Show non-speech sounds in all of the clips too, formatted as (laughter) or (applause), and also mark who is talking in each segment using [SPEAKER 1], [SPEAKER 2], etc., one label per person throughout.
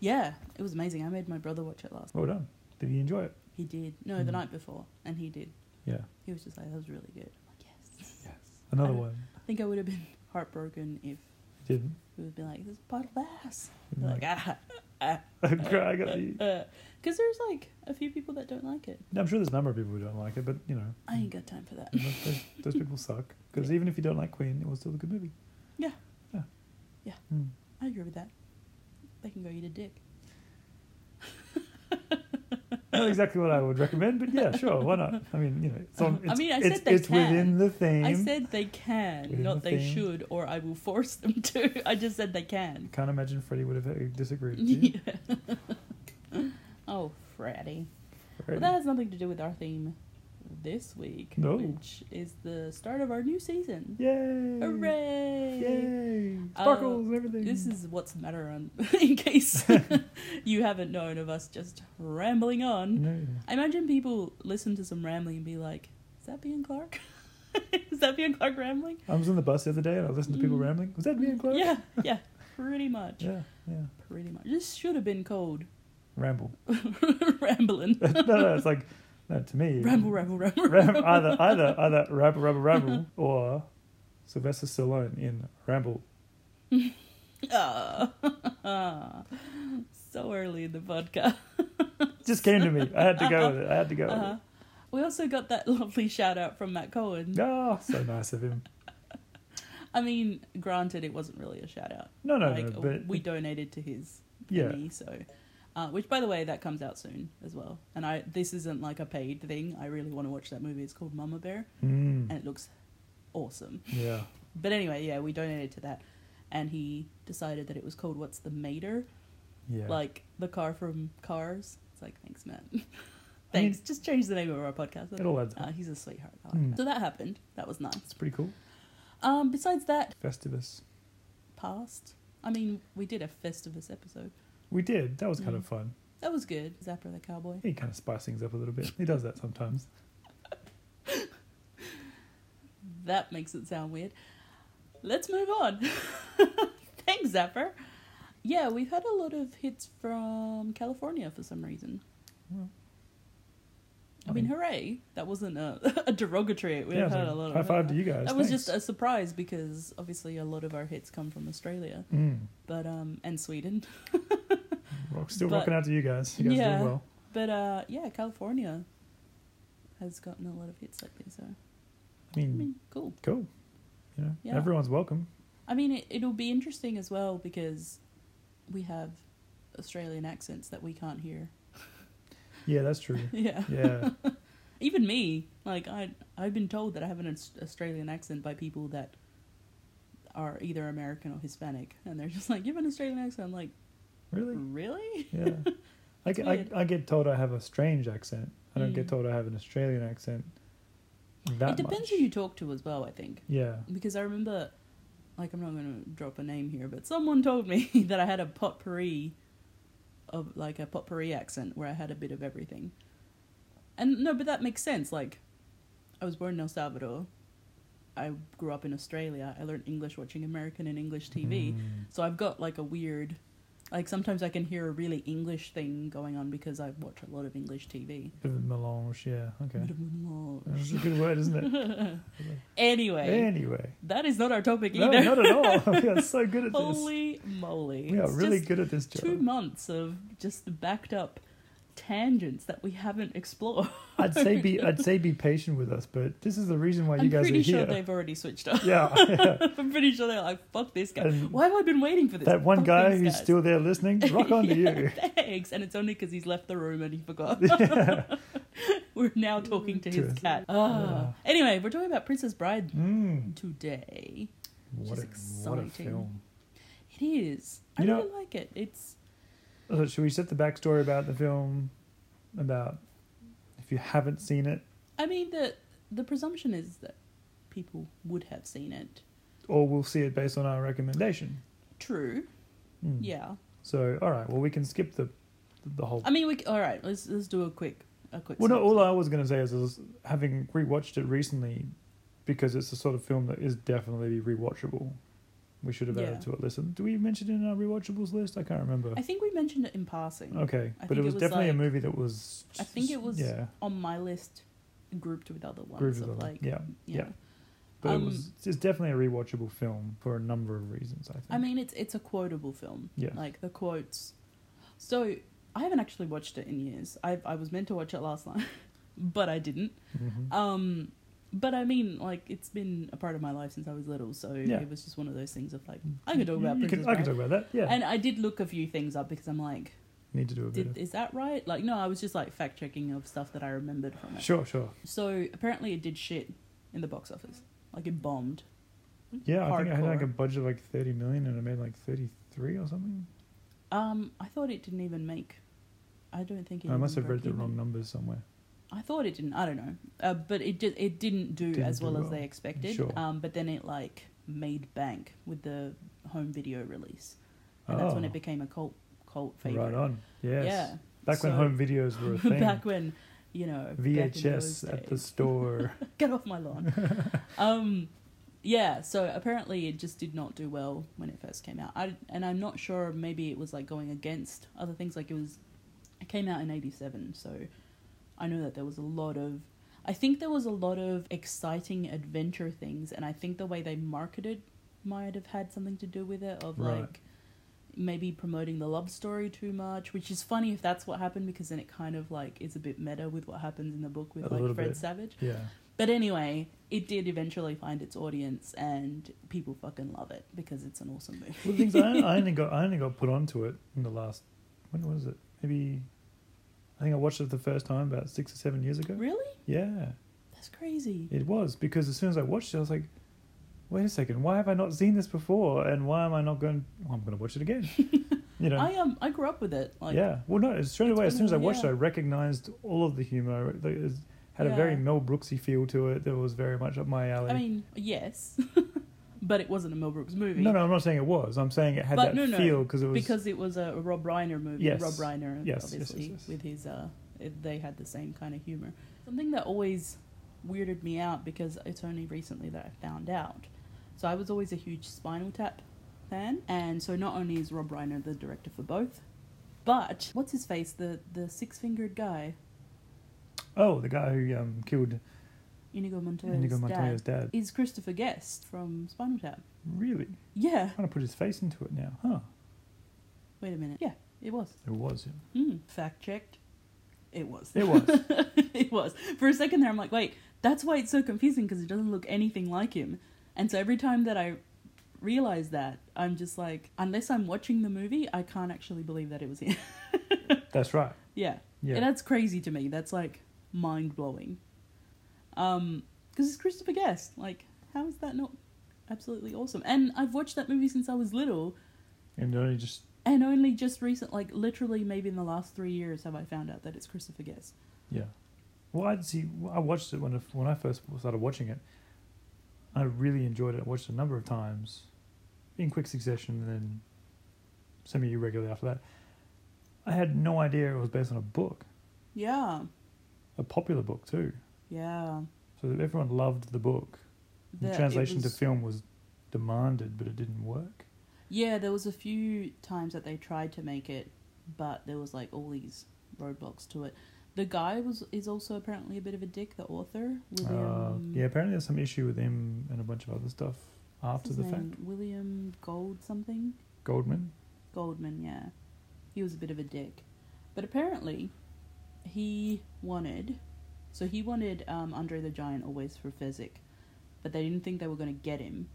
[SPEAKER 1] Yeah, it was amazing. I made my brother watch it last.
[SPEAKER 2] Well done. Did he enjoy it?
[SPEAKER 1] He did. No, the night before, and he did.
[SPEAKER 2] Yeah.
[SPEAKER 1] He was just like, "That was really good." I'm like, "Yes."
[SPEAKER 2] Yes. Another
[SPEAKER 1] I-
[SPEAKER 2] one.
[SPEAKER 1] I think I would have been (laughs) heartbroken if
[SPEAKER 2] He didn't.
[SPEAKER 1] we would be like, "This is part of ass."
[SPEAKER 2] He was
[SPEAKER 1] Like, ah,
[SPEAKER 2] (laughs) I got the.
[SPEAKER 1] because there's like a few people that don't like it.
[SPEAKER 2] I'm sure there's a number of people who don't like it, but you know,
[SPEAKER 1] I ain't got time for that. (laughs)
[SPEAKER 2] you know, those, those people suck. Because even if you don't like Queen, it was still a good movie.
[SPEAKER 1] Yeah.
[SPEAKER 2] Yeah.
[SPEAKER 1] Yeah.
[SPEAKER 2] Mm.
[SPEAKER 1] I agree with that. They can go eat a dick.
[SPEAKER 2] Not exactly what I would recommend, but yeah, sure, why not? I mean, you know, it's on. It's,
[SPEAKER 1] I mean, I
[SPEAKER 2] it's,
[SPEAKER 1] said they
[SPEAKER 2] it's within
[SPEAKER 1] can.
[SPEAKER 2] the theme.
[SPEAKER 1] I said they can,
[SPEAKER 2] Within
[SPEAKER 1] not
[SPEAKER 2] the
[SPEAKER 1] they
[SPEAKER 2] theme.
[SPEAKER 1] should, or I will force them (laughs) to. I just said they can.
[SPEAKER 2] Can't imagine Freddie would have disagreed. With you.
[SPEAKER 1] Yeah. (laughs) oh, Freddy. Well,
[SPEAKER 2] (laughs) Freddie.
[SPEAKER 1] that has nothing to do with our theme this week,
[SPEAKER 2] No.
[SPEAKER 1] which is the start of our new season.
[SPEAKER 2] Yay!
[SPEAKER 1] Hooray!
[SPEAKER 2] Yay!
[SPEAKER 1] Uh,
[SPEAKER 2] Sparkles, and everything.
[SPEAKER 1] This is what's the matter on, (laughs) in case you haven't known of us just rambling on.
[SPEAKER 2] No.
[SPEAKER 1] I imagine people listen to some rambling and be like, "Is that Bean Clark? (laughs) is that Bean Clark rambling?"
[SPEAKER 2] I was on the bus the other day and I listened to people
[SPEAKER 1] Mm.
[SPEAKER 2] rambling. Was that me and Clark?
[SPEAKER 1] Yeah, yeah, pretty much,
[SPEAKER 2] Yeah, yeah.
[SPEAKER 1] pretty much. This should have been called
[SPEAKER 2] Ramble.
[SPEAKER 1] (laughs)
[SPEAKER 2] (laughs)
[SPEAKER 1] rambling,
[SPEAKER 2] no, no, it's like, no, to me.
[SPEAKER 1] ramble, ramble, ramble. (laughs)
[SPEAKER 2] Ram, either, either, either Ramble, Ramble, Ramble or Sylvester Stallone in Ramble.
[SPEAKER 1] Ah. so early in the podcast.
[SPEAKER 2] Just came to me. I had to go with it. I had to go with
[SPEAKER 1] Uh-huh. We also got that (laughs) lovely shout out from Matt Cohen.
[SPEAKER 2] it. Oh, so nice of him.
[SPEAKER 1] I mean, granted, it wasn't really a shout out.
[SPEAKER 2] No, no,
[SPEAKER 1] like, oh,
[SPEAKER 2] no, but
[SPEAKER 1] we donated to his
[SPEAKER 2] Yeah.
[SPEAKER 1] thingy, so. Uh, which, by the way, that comes out soon as well. And I this isn't like a paid thing. I really want to watch that movie. It's called Mama Bear,
[SPEAKER 2] Mm,
[SPEAKER 1] and it looks awesome.
[SPEAKER 2] yeah.
[SPEAKER 1] But anyway, yeah, we donated to that, and he decided that it was called What's the Mater,
[SPEAKER 2] Yeah.
[SPEAKER 1] like the car from Cars. It's like, thanks,
[SPEAKER 2] (laughs)
[SPEAKER 1] Matt.
[SPEAKER 2] I mean-
[SPEAKER 1] thanks. Just change the name of our podcast.
[SPEAKER 2] it all adds up.
[SPEAKER 1] Uh, he's a sweetheart. I like
[SPEAKER 2] Hmm.
[SPEAKER 1] that. So that happened. That was nice.
[SPEAKER 2] It's pretty cool.
[SPEAKER 1] Um, besides that,
[SPEAKER 2] Festivus.
[SPEAKER 1] past. I mean, we did a Festivus episode.
[SPEAKER 2] We did. That was kind
[SPEAKER 1] Mm.
[SPEAKER 2] of fun.
[SPEAKER 1] That was good. Zapper the cowboy.
[SPEAKER 2] He kind of spice things up a little bit. He does that sometimes.
[SPEAKER 1] That makes it sound weird. Let's move on. (laughs) Thanks, Zapper. Yeah, we've had a lot of hits from California for some reason.
[SPEAKER 2] Well,
[SPEAKER 1] I mean, hooray! That wasn't a, (laughs) a derogatory. We've
[SPEAKER 2] Oh. yeah,
[SPEAKER 1] had
[SPEAKER 2] so
[SPEAKER 1] a lot of
[SPEAKER 2] high five to you guys.
[SPEAKER 1] That was
[SPEAKER 2] Thanks.
[SPEAKER 1] just a surprise because obviously a lot of our hits come from Australia,
[SPEAKER 2] Mm.
[SPEAKER 1] but um, and Sweden. (laughs)
[SPEAKER 2] Rock- Still
[SPEAKER 1] But-
[SPEAKER 2] rocking out to you guys. You guys are
[SPEAKER 1] Yeah.
[SPEAKER 2] doing well.
[SPEAKER 1] But uh, yeah, California has gotten a lot of hits lately, so
[SPEAKER 2] I mean,
[SPEAKER 1] I mean, cool.
[SPEAKER 2] cool. You know,
[SPEAKER 1] Yeah.
[SPEAKER 2] everyone's welcome.
[SPEAKER 1] I mean, it, it'll be interesting as well because we have Australian accents that we can't hear. (laughs)
[SPEAKER 2] Yeah, that's true.
[SPEAKER 1] Yeah, (laughs)
[SPEAKER 2] Yeah,
[SPEAKER 1] even me, like I, I've been told that I have an Aus- Australian accent by people that are either American or Hispanic, and they're just like, "You have an Australian accent." I'm like,
[SPEAKER 2] really.
[SPEAKER 1] "Really?"
[SPEAKER 2] Yeah, I get I,
[SPEAKER 1] weird.
[SPEAKER 2] I get told I have a strange accent. I don't
[SPEAKER 1] Mm.
[SPEAKER 2] get told I have an Australian accent. That
[SPEAKER 1] it depends
[SPEAKER 2] much.
[SPEAKER 1] who you talk to as well. I think.
[SPEAKER 2] Yeah,
[SPEAKER 1] because I remember, like, I'm not going to drop a name here, but someone told me (laughs) that I had a potpourri of like a potpourri accent where I had a bit of everything. And no, but that makes sense. Like, I was born in El Salvador. I grew up in Australia. I learned English watching American and English TV.
[SPEAKER 2] Mm.
[SPEAKER 1] So I've got like a weird, like sometimes I can hear a really English thing going on because I watch a lot of English TV.
[SPEAKER 2] Bit of a melange. Yeah, okay. That's a good
[SPEAKER 1] (laughs)
[SPEAKER 2] word, isn't it?
[SPEAKER 1] anyway,
[SPEAKER 2] anyway,
[SPEAKER 1] that is not our topic
[SPEAKER 2] no,
[SPEAKER 1] either.
[SPEAKER 2] not
[SPEAKER 1] (laughs)
[SPEAKER 2] at all. (laughs) We are so good at this.
[SPEAKER 1] Holy moly.
[SPEAKER 2] we are
[SPEAKER 1] It's
[SPEAKER 2] really
[SPEAKER 1] just
[SPEAKER 2] good at this job.
[SPEAKER 1] Two months of just backed up tangents that we haven't explored.
[SPEAKER 2] I'd say
[SPEAKER 1] (laughs)
[SPEAKER 2] be I'd say be patient with us, but this is the reason why you
[SPEAKER 1] I'm
[SPEAKER 2] guys
[SPEAKER 1] pretty
[SPEAKER 2] are
[SPEAKER 1] sure
[SPEAKER 2] here.
[SPEAKER 1] they've already switched up.
[SPEAKER 2] Yeah, yeah.
[SPEAKER 1] (laughs) I'm pretty sure they're like, fuck this guy.
[SPEAKER 2] (laughs) And
[SPEAKER 1] Why have I been waiting for this?
[SPEAKER 2] that one
[SPEAKER 1] Fuck
[SPEAKER 2] guy
[SPEAKER 1] these (laughs)
[SPEAKER 2] who's
[SPEAKER 1] guys."
[SPEAKER 2] still there listening, rock on to
[SPEAKER 1] Yeah,
[SPEAKER 2] you.
[SPEAKER 1] Thanks. And it's only because he's left the room and he forgot.
[SPEAKER 2] (laughs) yeah.
[SPEAKER 1] (laughs) we're now talking to
[SPEAKER 2] To
[SPEAKER 1] his
[SPEAKER 2] us.
[SPEAKER 1] cat. Ah.
[SPEAKER 2] Yeah.
[SPEAKER 1] Anyway, we're talking about Princess Bride
[SPEAKER 2] Mm.
[SPEAKER 1] today.
[SPEAKER 2] What, a,
[SPEAKER 1] Just
[SPEAKER 2] what a
[SPEAKER 1] exciting.
[SPEAKER 2] film.
[SPEAKER 1] It is. I
[SPEAKER 2] You know-
[SPEAKER 1] really like it. It's.
[SPEAKER 2] So should we set the backstory about the film? About if you haven't seen it
[SPEAKER 1] I mean, the the presumption is that people would have seen it.
[SPEAKER 2] or we'll see it based on our recommendation.
[SPEAKER 1] True.
[SPEAKER 2] Mm.
[SPEAKER 1] Yeah.
[SPEAKER 2] So all right, well we can skip the the whole.
[SPEAKER 1] I mean, we c- all right. Let's let's do a quick a quick.
[SPEAKER 2] well, no.
[SPEAKER 1] synopsis.
[SPEAKER 2] All I was going to say is, is having rewatched it recently, because it's the sort of film that is definitely rewatchable. We should have added
[SPEAKER 1] Yeah.
[SPEAKER 2] to it. Listen, do we mention it in our rewatchables list? I can't remember.
[SPEAKER 1] I think we mentioned it in passing
[SPEAKER 2] okay,
[SPEAKER 1] I
[SPEAKER 2] but
[SPEAKER 1] think
[SPEAKER 2] it
[SPEAKER 1] it
[SPEAKER 2] was,
[SPEAKER 1] was
[SPEAKER 2] definitely a
[SPEAKER 1] like-
[SPEAKER 2] movie that was.
[SPEAKER 1] I think it was
[SPEAKER 2] yeah,
[SPEAKER 1] on my list, grouped with other ones.
[SPEAKER 2] groovy
[SPEAKER 1] of
[SPEAKER 2] little-
[SPEAKER 1] like,
[SPEAKER 2] yeah,
[SPEAKER 1] you
[SPEAKER 2] yeah.
[SPEAKER 1] know.
[SPEAKER 2] but
[SPEAKER 1] um,
[SPEAKER 2] it was. It's definitely a rewatchable film for a number of reasons. I think.
[SPEAKER 1] I mean, it's it's a quotable film.
[SPEAKER 2] Yeah.
[SPEAKER 1] Like the quotes. So I haven't actually watched it in years. I I was meant to watch it last night, (laughs) but I didn't.
[SPEAKER 2] Mhm.
[SPEAKER 1] Um, but I mean, like it's been a part of my life since I was little, so
[SPEAKER 2] Yeah.
[SPEAKER 1] it was just one of those things of like I can talk
[SPEAKER 2] You-
[SPEAKER 1] about
[SPEAKER 2] you
[SPEAKER 1] Princess
[SPEAKER 2] can, I
[SPEAKER 1] Bride.
[SPEAKER 2] can talk about that. Yeah,
[SPEAKER 1] (laughs) And I did look a few things up because I'm like,
[SPEAKER 2] need to do a bit.
[SPEAKER 1] did, is that right? Like, no, I was just like fact checking of stuff that I remembered from
[SPEAKER 2] of,
[SPEAKER 1] it.
[SPEAKER 2] sure, sure.
[SPEAKER 1] So apparently it did shit in the box office. Like it bombed.
[SPEAKER 2] Yeah, I think I had like
[SPEAKER 1] Hardcore.
[SPEAKER 2] a budget of like thirty million, and I made like thirty-three or something.
[SPEAKER 1] Um, I thought it didn't even make. I don't think it.
[SPEAKER 2] I must
[SPEAKER 1] even
[SPEAKER 2] have read
[SPEAKER 1] broke
[SPEAKER 2] the
[SPEAKER 1] even.
[SPEAKER 2] wrong numbers somewhere.
[SPEAKER 1] I thought it didn't. I don't know, uh, but it did. It didn't do
[SPEAKER 2] Didn't
[SPEAKER 1] as
[SPEAKER 2] do
[SPEAKER 1] well,
[SPEAKER 2] well.
[SPEAKER 1] as they expected.
[SPEAKER 2] Sure.
[SPEAKER 1] Um, but then it like made bank with the home video release, and that's when
[SPEAKER 2] Oh.
[SPEAKER 1] it became a cult cult favorite.
[SPEAKER 2] Right on. Yes.
[SPEAKER 1] Yeah.
[SPEAKER 2] Back when
[SPEAKER 1] So-
[SPEAKER 2] home videos were a
[SPEAKER 1] (laughs)
[SPEAKER 2] thing.
[SPEAKER 1] back when you know back in those
[SPEAKER 2] VHS at the
[SPEAKER 1] days. (laughs)
[SPEAKER 2] store.
[SPEAKER 1] get off my
[SPEAKER 2] (laughs)
[SPEAKER 1] lawn. um, yeah, so apparently it just did not do well when it first came out. I and I'm not sure. Maybe it was like going against other things. Like it was, it came out in '87, so I know that there was a lot of. I think there was a lot of exciting adventure things, and I think the way they marketed might have had something to do with it. Of
[SPEAKER 2] Right.
[SPEAKER 1] like maybe promoting the love story too much, which is funny if that's what happened because then it kind of like is a bit meta with what happens in the book with
[SPEAKER 2] A little
[SPEAKER 1] like Fred
[SPEAKER 2] bit.
[SPEAKER 1] Savage.
[SPEAKER 2] yeah.
[SPEAKER 1] But anyway, it did eventually find its audience, and people fucking love it because it's an awesome movie.
[SPEAKER 2] Well, the things I, I only got I only got put onto it in the last when was it? Maybe I think I watched it the first time about six or seven years ago.
[SPEAKER 1] (laughs) Really?
[SPEAKER 2] Yeah,
[SPEAKER 1] That's crazy.
[SPEAKER 2] it was because as soon as I watched it, I was like, "Wait a second, why have I not seen this before? And why am I not going? Well, I'm going to watch
[SPEAKER 1] (laughs)
[SPEAKER 2] it again." you know.
[SPEAKER 1] I um I grew up with it. Like,
[SPEAKER 2] yeah. Well, no. Straight
[SPEAKER 1] It's
[SPEAKER 2] away, as
[SPEAKER 1] been
[SPEAKER 2] soon as
[SPEAKER 1] a-
[SPEAKER 2] I watched it,
[SPEAKER 1] yeah.
[SPEAKER 2] I recognized all of the humor. It was- had a very
[SPEAKER 1] Yeah.
[SPEAKER 2] Mel Brooksy feel to it. That was very much up my alley.
[SPEAKER 1] I mean, yes, (laughs) but it wasn't a Mel Brooks movie.
[SPEAKER 2] No, no, I'm not saying it was. I'm saying it had
[SPEAKER 1] But
[SPEAKER 2] that
[SPEAKER 1] no, no,
[SPEAKER 2] feel because it was.
[SPEAKER 1] because it was a Rob Reiner movie.
[SPEAKER 2] Yes.
[SPEAKER 1] Rob Reiner,
[SPEAKER 2] Yes, yes,
[SPEAKER 1] obviously,
[SPEAKER 2] yes, yes.
[SPEAKER 1] with his uh, it- they had the same kind of humor. Something that always weirded me out because it's only recently that I found out. So I was always a huge Spinal Tap fan, and so not only is Rob Reiner the director for both, but what's his face, the the six fingered guy,
[SPEAKER 2] oh, the guy who um, killed
[SPEAKER 1] Inigo Montoya's,
[SPEAKER 2] Inigo
[SPEAKER 1] dad,
[SPEAKER 2] Montoya's dad.
[SPEAKER 1] is Christopher Guest from Spinal Tap.
[SPEAKER 2] Really?
[SPEAKER 1] Yeah.
[SPEAKER 2] I'm trying to put his face into it now. Huh.
[SPEAKER 1] Wait a minute. Yeah, it was.
[SPEAKER 2] It was him.
[SPEAKER 1] Hmm. Fact checked. It was.
[SPEAKER 2] It (laughs) was.
[SPEAKER 1] (laughs) it was. For a second there, I'm like, wait, that's why it's so confusing because it doesn't look anything like him. And so every time that I realize that, I'm just like, unless I'm watching the movie, I can't actually believe that it was him. (laughs)
[SPEAKER 2] That's right.
[SPEAKER 1] yeah.
[SPEAKER 2] Yeah.
[SPEAKER 1] And that's crazy to me. That's like mind blowing. Um, because it's Christopher Guest. Like, how is that not absolutely awesome? And I've watched that movie since I was little,
[SPEAKER 2] and only just.
[SPEAKER 1] and only just recent, like literally maybe in the last three years, have I found out that it's Christopher Guest.
[SPEAKER 2] Yeah. Well, I'd see. I watched it when, I- when I first started watching it. I really enjoyed it. I watched it a number of times in quick succession and then semi regularly after that. I had no idea it was based on a book,
[SPEAKER 1] Yeah,
[SPEAKER 2] a popular book, too.
[SPEAKER 1] yeah.
[SPEAKER 2] So everyone loved the book. The,
[SPEAKER 1] That it
[SPEAKER 2] translation
[SPEAKER 1] was-
[SPEAKER 2] to film was demanded, but it didn't work.
[SPEAKER 1] Yeah, there was a few times that they tried to make it, but there was like all these roadblocks to it. The guy was is also apparently a bit of a dick. The author,
[SPEAKER 2] Uh,
[SPEAKER 1] William.
[SPEAKER 2] yeah, apparently there's some issue with him and a bunch of other stuff
[SPEAKER 1] what's
[SPEAKER 2] after
[SPEAKER 1] his
[SPEAKER 2] the
[SPEAKER 1] name?
[SPEAKER 2] fact.
[SPEAKER 1] William Gold something
[SPEAKER 2] Goldman.
[SPEAKER 1] Goldman. Yeah, he was a bit of a dick, but apparently, he wanted. So he wanted um, Andre the Giant always for Fezzik, but they didn't think they were going to get him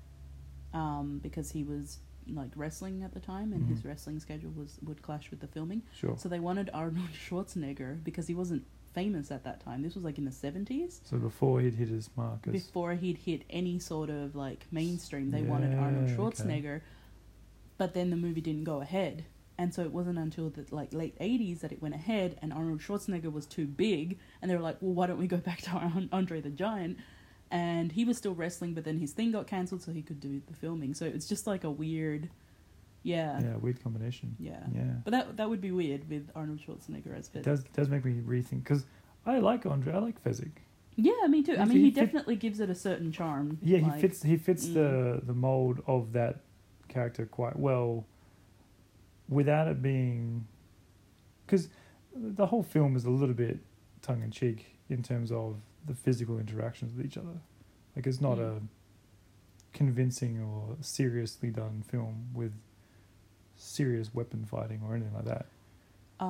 [SPEAKER 1] um, because he was like wrestling at the time, and his
[SPEAKER 2] Mhm.
[SPEAKER 1] wrestling schedule was would clash with the filming.
[SPEAKER 2] Sure.
[SPEAKER 1] So they wanted Arnold (laughs) Schwarzenegger because he wasn't famous at that time. This was like in the 70s.
[SPEAKER 2] So before he'd hit his mark as
[SPEAKER 1] Before he'd hit any sort of like mainstream, they wanted Arnold
[SPEAKER 2] Yeah, okay.
[SPEAKER 1] Schwarzenegger. But then the movie didn't go ahead. And so it wasn't until the like late 80s that it went ahead and Arnold Schwarzenegger was too big and they were like, "Well, why don't we go (laughs) back to our Andre the Giant?" And he was still wrestling, but then his thing got cancelled so he could do the filming. So it's just like a weird yeah. Yeah.
[SPEAKER 2] yeah, weird combination. Yeah,
[SPEAKER 1] But that that would be weird with Arnold Schwarzenegger as
[SPEAKER 2] it
[SPEAKER 1] Fed.
[SPEAKER 2] does does make me rethink because I like Andre. I like Fezzik.
[SPEAKER 1] Yeah, me too. I
[SPEAKER 2] He's-
[SPEAKER 1] mean, he
[SPEAKER 2] he fit-
[SPEAKER 1] definitely gives it a certain charm.
[SPEAKER 2] Yeah, he
[SPEAKER 1] like- mm.
[SPEAKER 2] fits he fits the the mold of that character quite well without it being. Because the whole film is a little bit tongue in cheek in terms of the physical interactions with each other. Like, it's not
[SPEAKER 1] Mm.
[SPEAKER 2] a convincing or seriously done film with serious weapon fighting or anything like that.
[SPEAKER 1] Uh,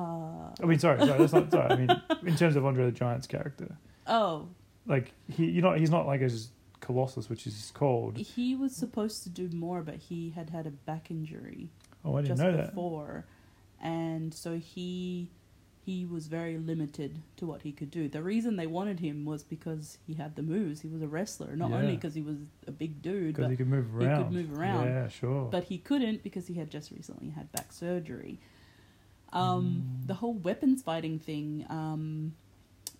[SPEAKER 2] I mean, sorry, sorry, that's not, sorry. I mean,
[SPEAKER 1] (laughs)
[SPEAKER 2] in terms of Andre the Giant's character,
[SPEAKER 1] oh,
[SPEAKER 2] like he, you know, he's not like a s- colossus, which is called.
[SPEAKER 1] he was supposed to do more, but he had had a back injury.
[SPEAKER 2] Oh, I didn't
[SPEAKER 1] just
[SPEAKER 2] know that.
[SPEAKER 1] before, and so he he was very limited to what he could do. The reason they wanted him was because he had the moves. He was a wrestler, not
[SPEAKER 2] Yeah.
[SPEAKER 1] only because he was a big dude,
[SPEAKER 2] Because
[SPEAKER 1] but
[SPEAKER 2] he could move
[SPEAKER 1] could
[SPEAKER 2] around.
[SPEAKER 1] move around,
[SPEAKER 2] Yeah, sure.
[SPEAKER 1] but he couldn't because he had just recently had back surgery. Um,
[SPEAKER 2] Hmm.
[SPEAKER 1] The whole weapons fighting thing, um,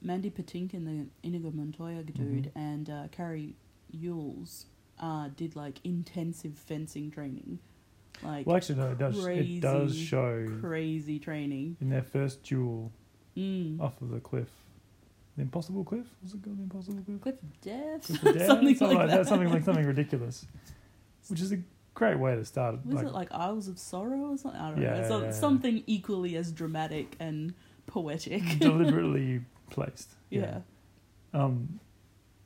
[SPEAKER 1] Mandy Patinkin, the Inigo Montoya dude,
[SPEAKER 2] Mm-hmm.
[SPEAKER 1] and uh, Carrie Yules uh, did like intensive fencing training, like
[SPEAKER 2] well, actually, no, it does. It does
[SPEAKER 1] crazy,
[SPEAKER 2] show
[SPEAKER 1] crazy training.
[SPEAKER 2] in their first duel
[SPEAKER 1] Mm.
[SPEAKER 2] off of the cliff, the impossible cliff. Was it called the impossible
[SPEAKER 1] (laughs)
[SPEAKER 2] cliff?
[SPEAKER 1] Cliff of Death, (laughs)
[SPEAKER 2] Cliff of Death?
[SPEAKER 1] something like, that.
[SPEAKER 2] Something like something ridiculous, which is a great way to start.
[SPEAKER 1] Was
[SPEAKER 2] like,
[SPEAKER 1] it like Isles of Sorrow or something? I don't
[SPEAKER 2] Yeah,
[SPEAKER 1] know. So,
[SPEAKER 2] yeah, yeah.
[SPEAKER 1] Something equally as dramatic and poetic. (laughs)
[SPEAKER 2] Mm. deliberately placed.
[SPEAKER 1] yeah.
[SPEAKER 2] um,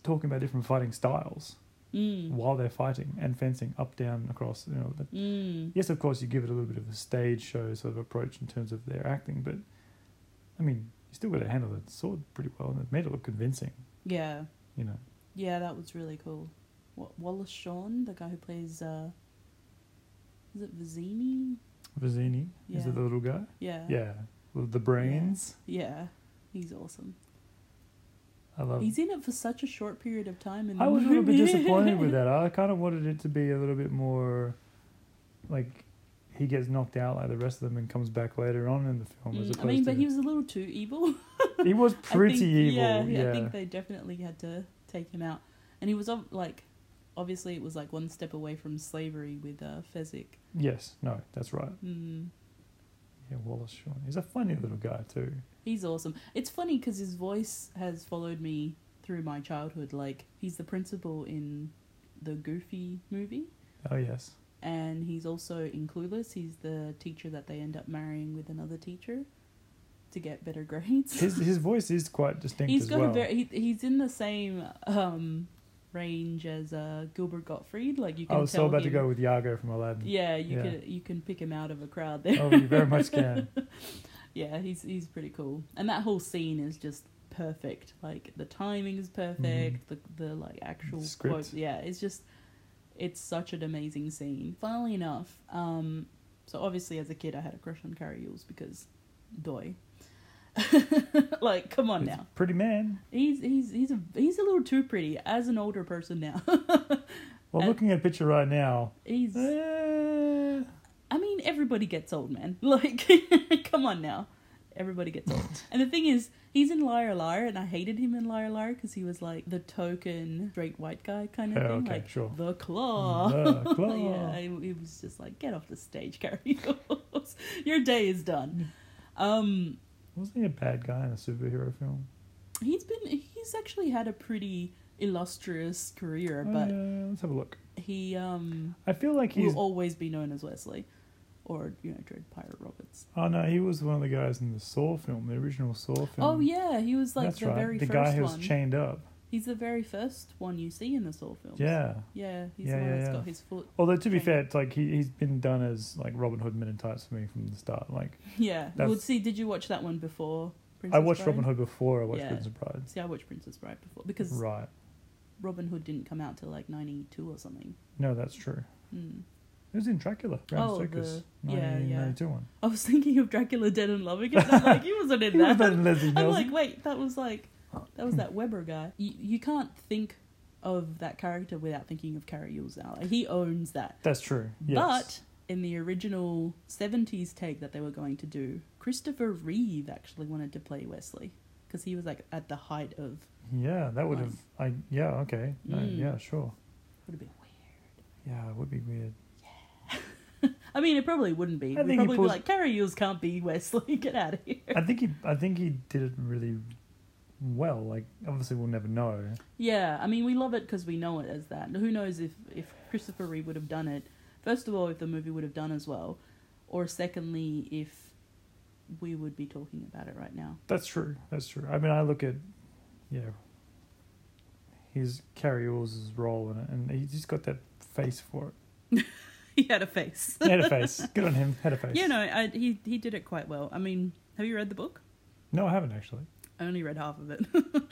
[SPEAKER 2] talking about different fighting styles
[SPEAKER 1] Mm.
[SPEAKER 2] while they're fighting and fencing up, down, across. You know, that,
[SPEAKER 1] Mm.
[SPEAKER 2] yes, of course, you give it a little bit of a stage show sort of approach in terms of their acting, but I mean, you still got to handle the sword pretty well, and it made it look convincing.
[SPEAKER 1] Yeah.
[SPEAKER 2] You know,
[SPEAKER 1] Yeah, that was really cool. What Wallace Shawn, the guy who plays uh is it Vizzini?
[SPEAKER 2] Vizzini is
[SPEAKER 1] Yeah.
[SPEAKER 2] it the little guy?
[SPEAKER 1] Yeah.
[SPEAKER 2] Yeah, with the brains.
[SPEAKER 1] Yeah. He's awesome.
[SPEAKER 2] I love.
[SPEAKER 1] He's in it for such a short period of time and
[SPEAKER 2] Um, I was
[SPEAKER 1] (laughs)
[SPEAKER 2] a little bit disappointed with that. I kind of wanted it to be a little bit more, like, he gets knocked out like the rest of them and comes back later on in the film.
[SPEAKER 1] Mm,
[SPEAKER 2] as
[SPEAKER 1] (laughs)
[SPEAKER 2] opposed
[SPEAKER 1] I mean, but
[SPEAKER 2] to,
[SPEAKER 1] he was a little too evil. (laughs)
[SPEAKER 2] he was
[SPEAKER 1] I
[SPEAKER 2] pretty
[SPEAKER 1] think-
[SPEAKER 2] evil.
[SPEAKER 1] Yeah,
[SPEAKER 2] Yeah,
[SPEAKER 1] he- I think they definitely had to take him out, and he was ob- like, obviously it was like one step away from slavery with uh, Fezzik.
[SPEAKER 2] Yes, no, that's right.
[SPEAKER 1] Mm,
[SPEAKER 2] Yeah, Wallace Shawn. He's a funny little guy too.
[SPEAKER 1] he's awesome. It's funny because his voice has followed me through my childhood. Like he's the principal in the Goofy movie,
[SPEAKER 2] Oh yes.
[SPEAKER 1] and he's also in Clueless. He's the teacher that they end up marrying with another teacher to get better (laughs) grades.
[SPEAKER 2] His his voice is quite distinct
[SPEAKER 1] He's
[SPEAKER 2] as
[SPEAKER 1] got
[SPEAKER 2] well.
[SPEAKER 1] a very he, he's in the same um range as uh Gilbert Gottfried. Like you can
[SPEAKER 2] I was
[SPEAKER 1] tell
[SPEAKER 2] so about
[SPEAKER 1] him,
[SPEAKER 2] to go with Yago from Aladdin.
[SPEAKER 1] Yeah, you
[SPEAKER 2] Yeah.
[SPEAKER 1] can you can pick him out of a crowd there.
[SPEAKER 2] Oh, you very much
[SPEAKER 1] (laughs)
[SPEAKER 2] can.
[SPEAKER 1] yeah, he's he's pretty cool. And that whole scene is just perfect. Like the timing is perfect, the the like actual
[SPEAKER 2] Script.
[SPEAKER 1] quote. Yeah, it's just it's such an amazing scene. Funnily enough, um so obviously as a kid I had a crush on Carrie Yules because doy. (laughs) like, come on
[SPEAKER 2] He's
[SPEAKER 1] now.
[SPEAKER 2] Pretty man.
[SPEAKER 1] He's he's he's a he's a little too pretty as an older person now. (laughs)
[SPEAKER 2] Well,
[SPEAKER 1] And-
[SPEAKER 2] looking at a picture right now.
[SPEAKER 1] he's
[SPEAKER 2] eh,
[SPEAKER 1] I mean everybody gets old, man. (laughs) Like come on now. Everybody gets old.
[SPEAKER 2] (laughs)
[SPEAKER 1] And the thing is, he's in Liar Liar and I hated him in Liar Liar cuz he was like the token straight white guy kind of
[SPEAKER 2] Yeah,
[SPEAKER 1] thing
[SPEAKER 2] okay,
[SPEAKER 1] like
[SPEAKER 2] sure. Mm,
[SPEAKER 1] the claw.
[SPEAKER 2] The
[SPEAKER 1] (laughs)
[SPEAKER 2] claw.
[SPEAKER 1] yeah, it, it was just like get off the stage, (laughs) Carrie. Hills. Your day is done.
[SPEAKER 2] Mm.
[SPEAKER 1] Um
[SPEAKER 2] Wasn't he a bad guy in a superhero film?
[SPEAKER 1] he's been he's actually had a pretty illustrious career,
[SPEAKER 2] Oh,
[SPEAKER 1] but
[SPEAKER 2] yeah, let's have a look.
[SPEAKER 1] he um
[SPEAKER 2] I feel like he's.
[SPEAKER 1] will always be known as Wesley, or you know, Dread Pirate Roberts.
[SPEAKER 2] Oh no, he was one of the guys in the Saw film, the original Saw film.
[SPEAKER 1] Oh yeah, he was like
[SPEAKER 2] that's
[SPEAKER 1] the
[SPEAKER 2] right.
[SPEAKER 1] very
[SPEAKER 2] the
[SPEAKER 1] first
[SPEAKER 2] guy who was
[SPEAKER 1] one.
[SPEAKER 2] chained up.
[SPEAKER 1] he's the very first one you see in the Saw films.
[SPEAKER 2] Yeah.
[SPEAKER 1] yeah, he's
[SPEAKER 2] Yeah,
[SPEAKER 1] the one
[SPEAKER 2] yeah,
[SPEAKER 1] that's
[SPEAKER 2] yeah.
[SPEAKER 1] got his foot. (laughs)
[SPEAKER 2] Although to be
[SPEAKER 1] Right.
[SPEAKER 2] fair, it's like he he's been done as like Robin Hood Men in Tights for me from the start. Like
[SPEAKER 1] Yeah, well,
[SPEAKER 2] That's-
[SPEAKER 1] see, did you watch that one before?
[SPEAKER 2] I
[SPEAKER 1] Princess
[SPEAKER 2] watched
[SPEAKER 1] Bride?
[SPEAKER 2] Robin Hood before I watched
[SPEAKER 1] Yeah.
[SPEAKER 2] Princess Bride.
[SPEAKER 1] See, I watched Princess Bride before because
[SPEAKER 2] Right.
[SPEAKER 1] Robin Hood didn't come out till like '92 or something.
[SPEAKER 2] No, that's true.
[SPEAKER 1] Mm.
[SPEAKER 2] It was in Dracula, Grand
[SPEAKER 1] Oh,
[SPEAKER 2] Circus,
[SPEAKER 1] the- yeah, yeah.
[SPEAKER 2] 1992 one.
[SPEAKER 1] I was (laughs) thinking of Dracula Dead and Loving It. And I'm
[SPEAKER 2] (laughs)
[SPEAKER 1] like, he wasn't in
[SPEAKER 2] He was
[SPEAKER 1] that.
[SPEAKER 2] done Leslie
[SPEAKER 1] I'm
[SPEAKER 2] Nielsen.
[SPEAKER 1] like, wait, that was like, that was that Weber guy. You, you can't think of that character without thinking of Carrie Yules now. Like, he owns that.
[SPEAKER 2] that's true. Yes.
[SPEAKER 1] But in the original 70s take that they were going to do, Christopher Reeve actually wanted to play Wesley because he was like at the height of,
[SPEAKER 2] yeah, that would
[SPEAKER 1] Like-
[SPEAKER 2] have. I yeah okay. No,
[SPEAKER 1] Mm.
[SPEAKER 2] Yeah, sure.
[SPEAKER 1] would have been weird.
[SPEAKER 2] Yeah, it would be
[SPEAKER 1] (laughs)
[SPEAKER 2] weird.
[SPEAKER 1] I mean, it probably wouldn't be.
[SPEAKER 2] I
[SPEAKER 1] We'd
[SPEAKER 2] think he
[SPEAKER 1] probably be
[SPEAKER 2] pulls-
[SPEAKER 1] like, Carrie Yules can't be Wesley. (laughs) Get out of here.
[SPEAKER 2] I think he I think he did it really well. Like obviously we'll never know.
[SPEAKER 1] Yeah, I mean, we love it because we know it as that. Who knows if if Christopher Reeve would have done it First of all, if the movie would have done as well, or secondly, if we would be talking about it right now. (laughs)
[SPEAKER 2] That's true. That's true. I mean, I look at, yeah, his Carrie Oles' role in it, and he's just got that face for it.
[SPEAKER 1] He had a face.
[SPEAKER 2] He had
[SPEAKER 1] (laughs)
[SPEAKER 2] a face. Good on him. Had a face.
[SPEAKER 1] Yeah, no, I, he he did it quite well. I mean, have you read the book?
[SPEAKER 2] No, I haven't actually.
[SPEAKER 1] I only read half of it. (laughs)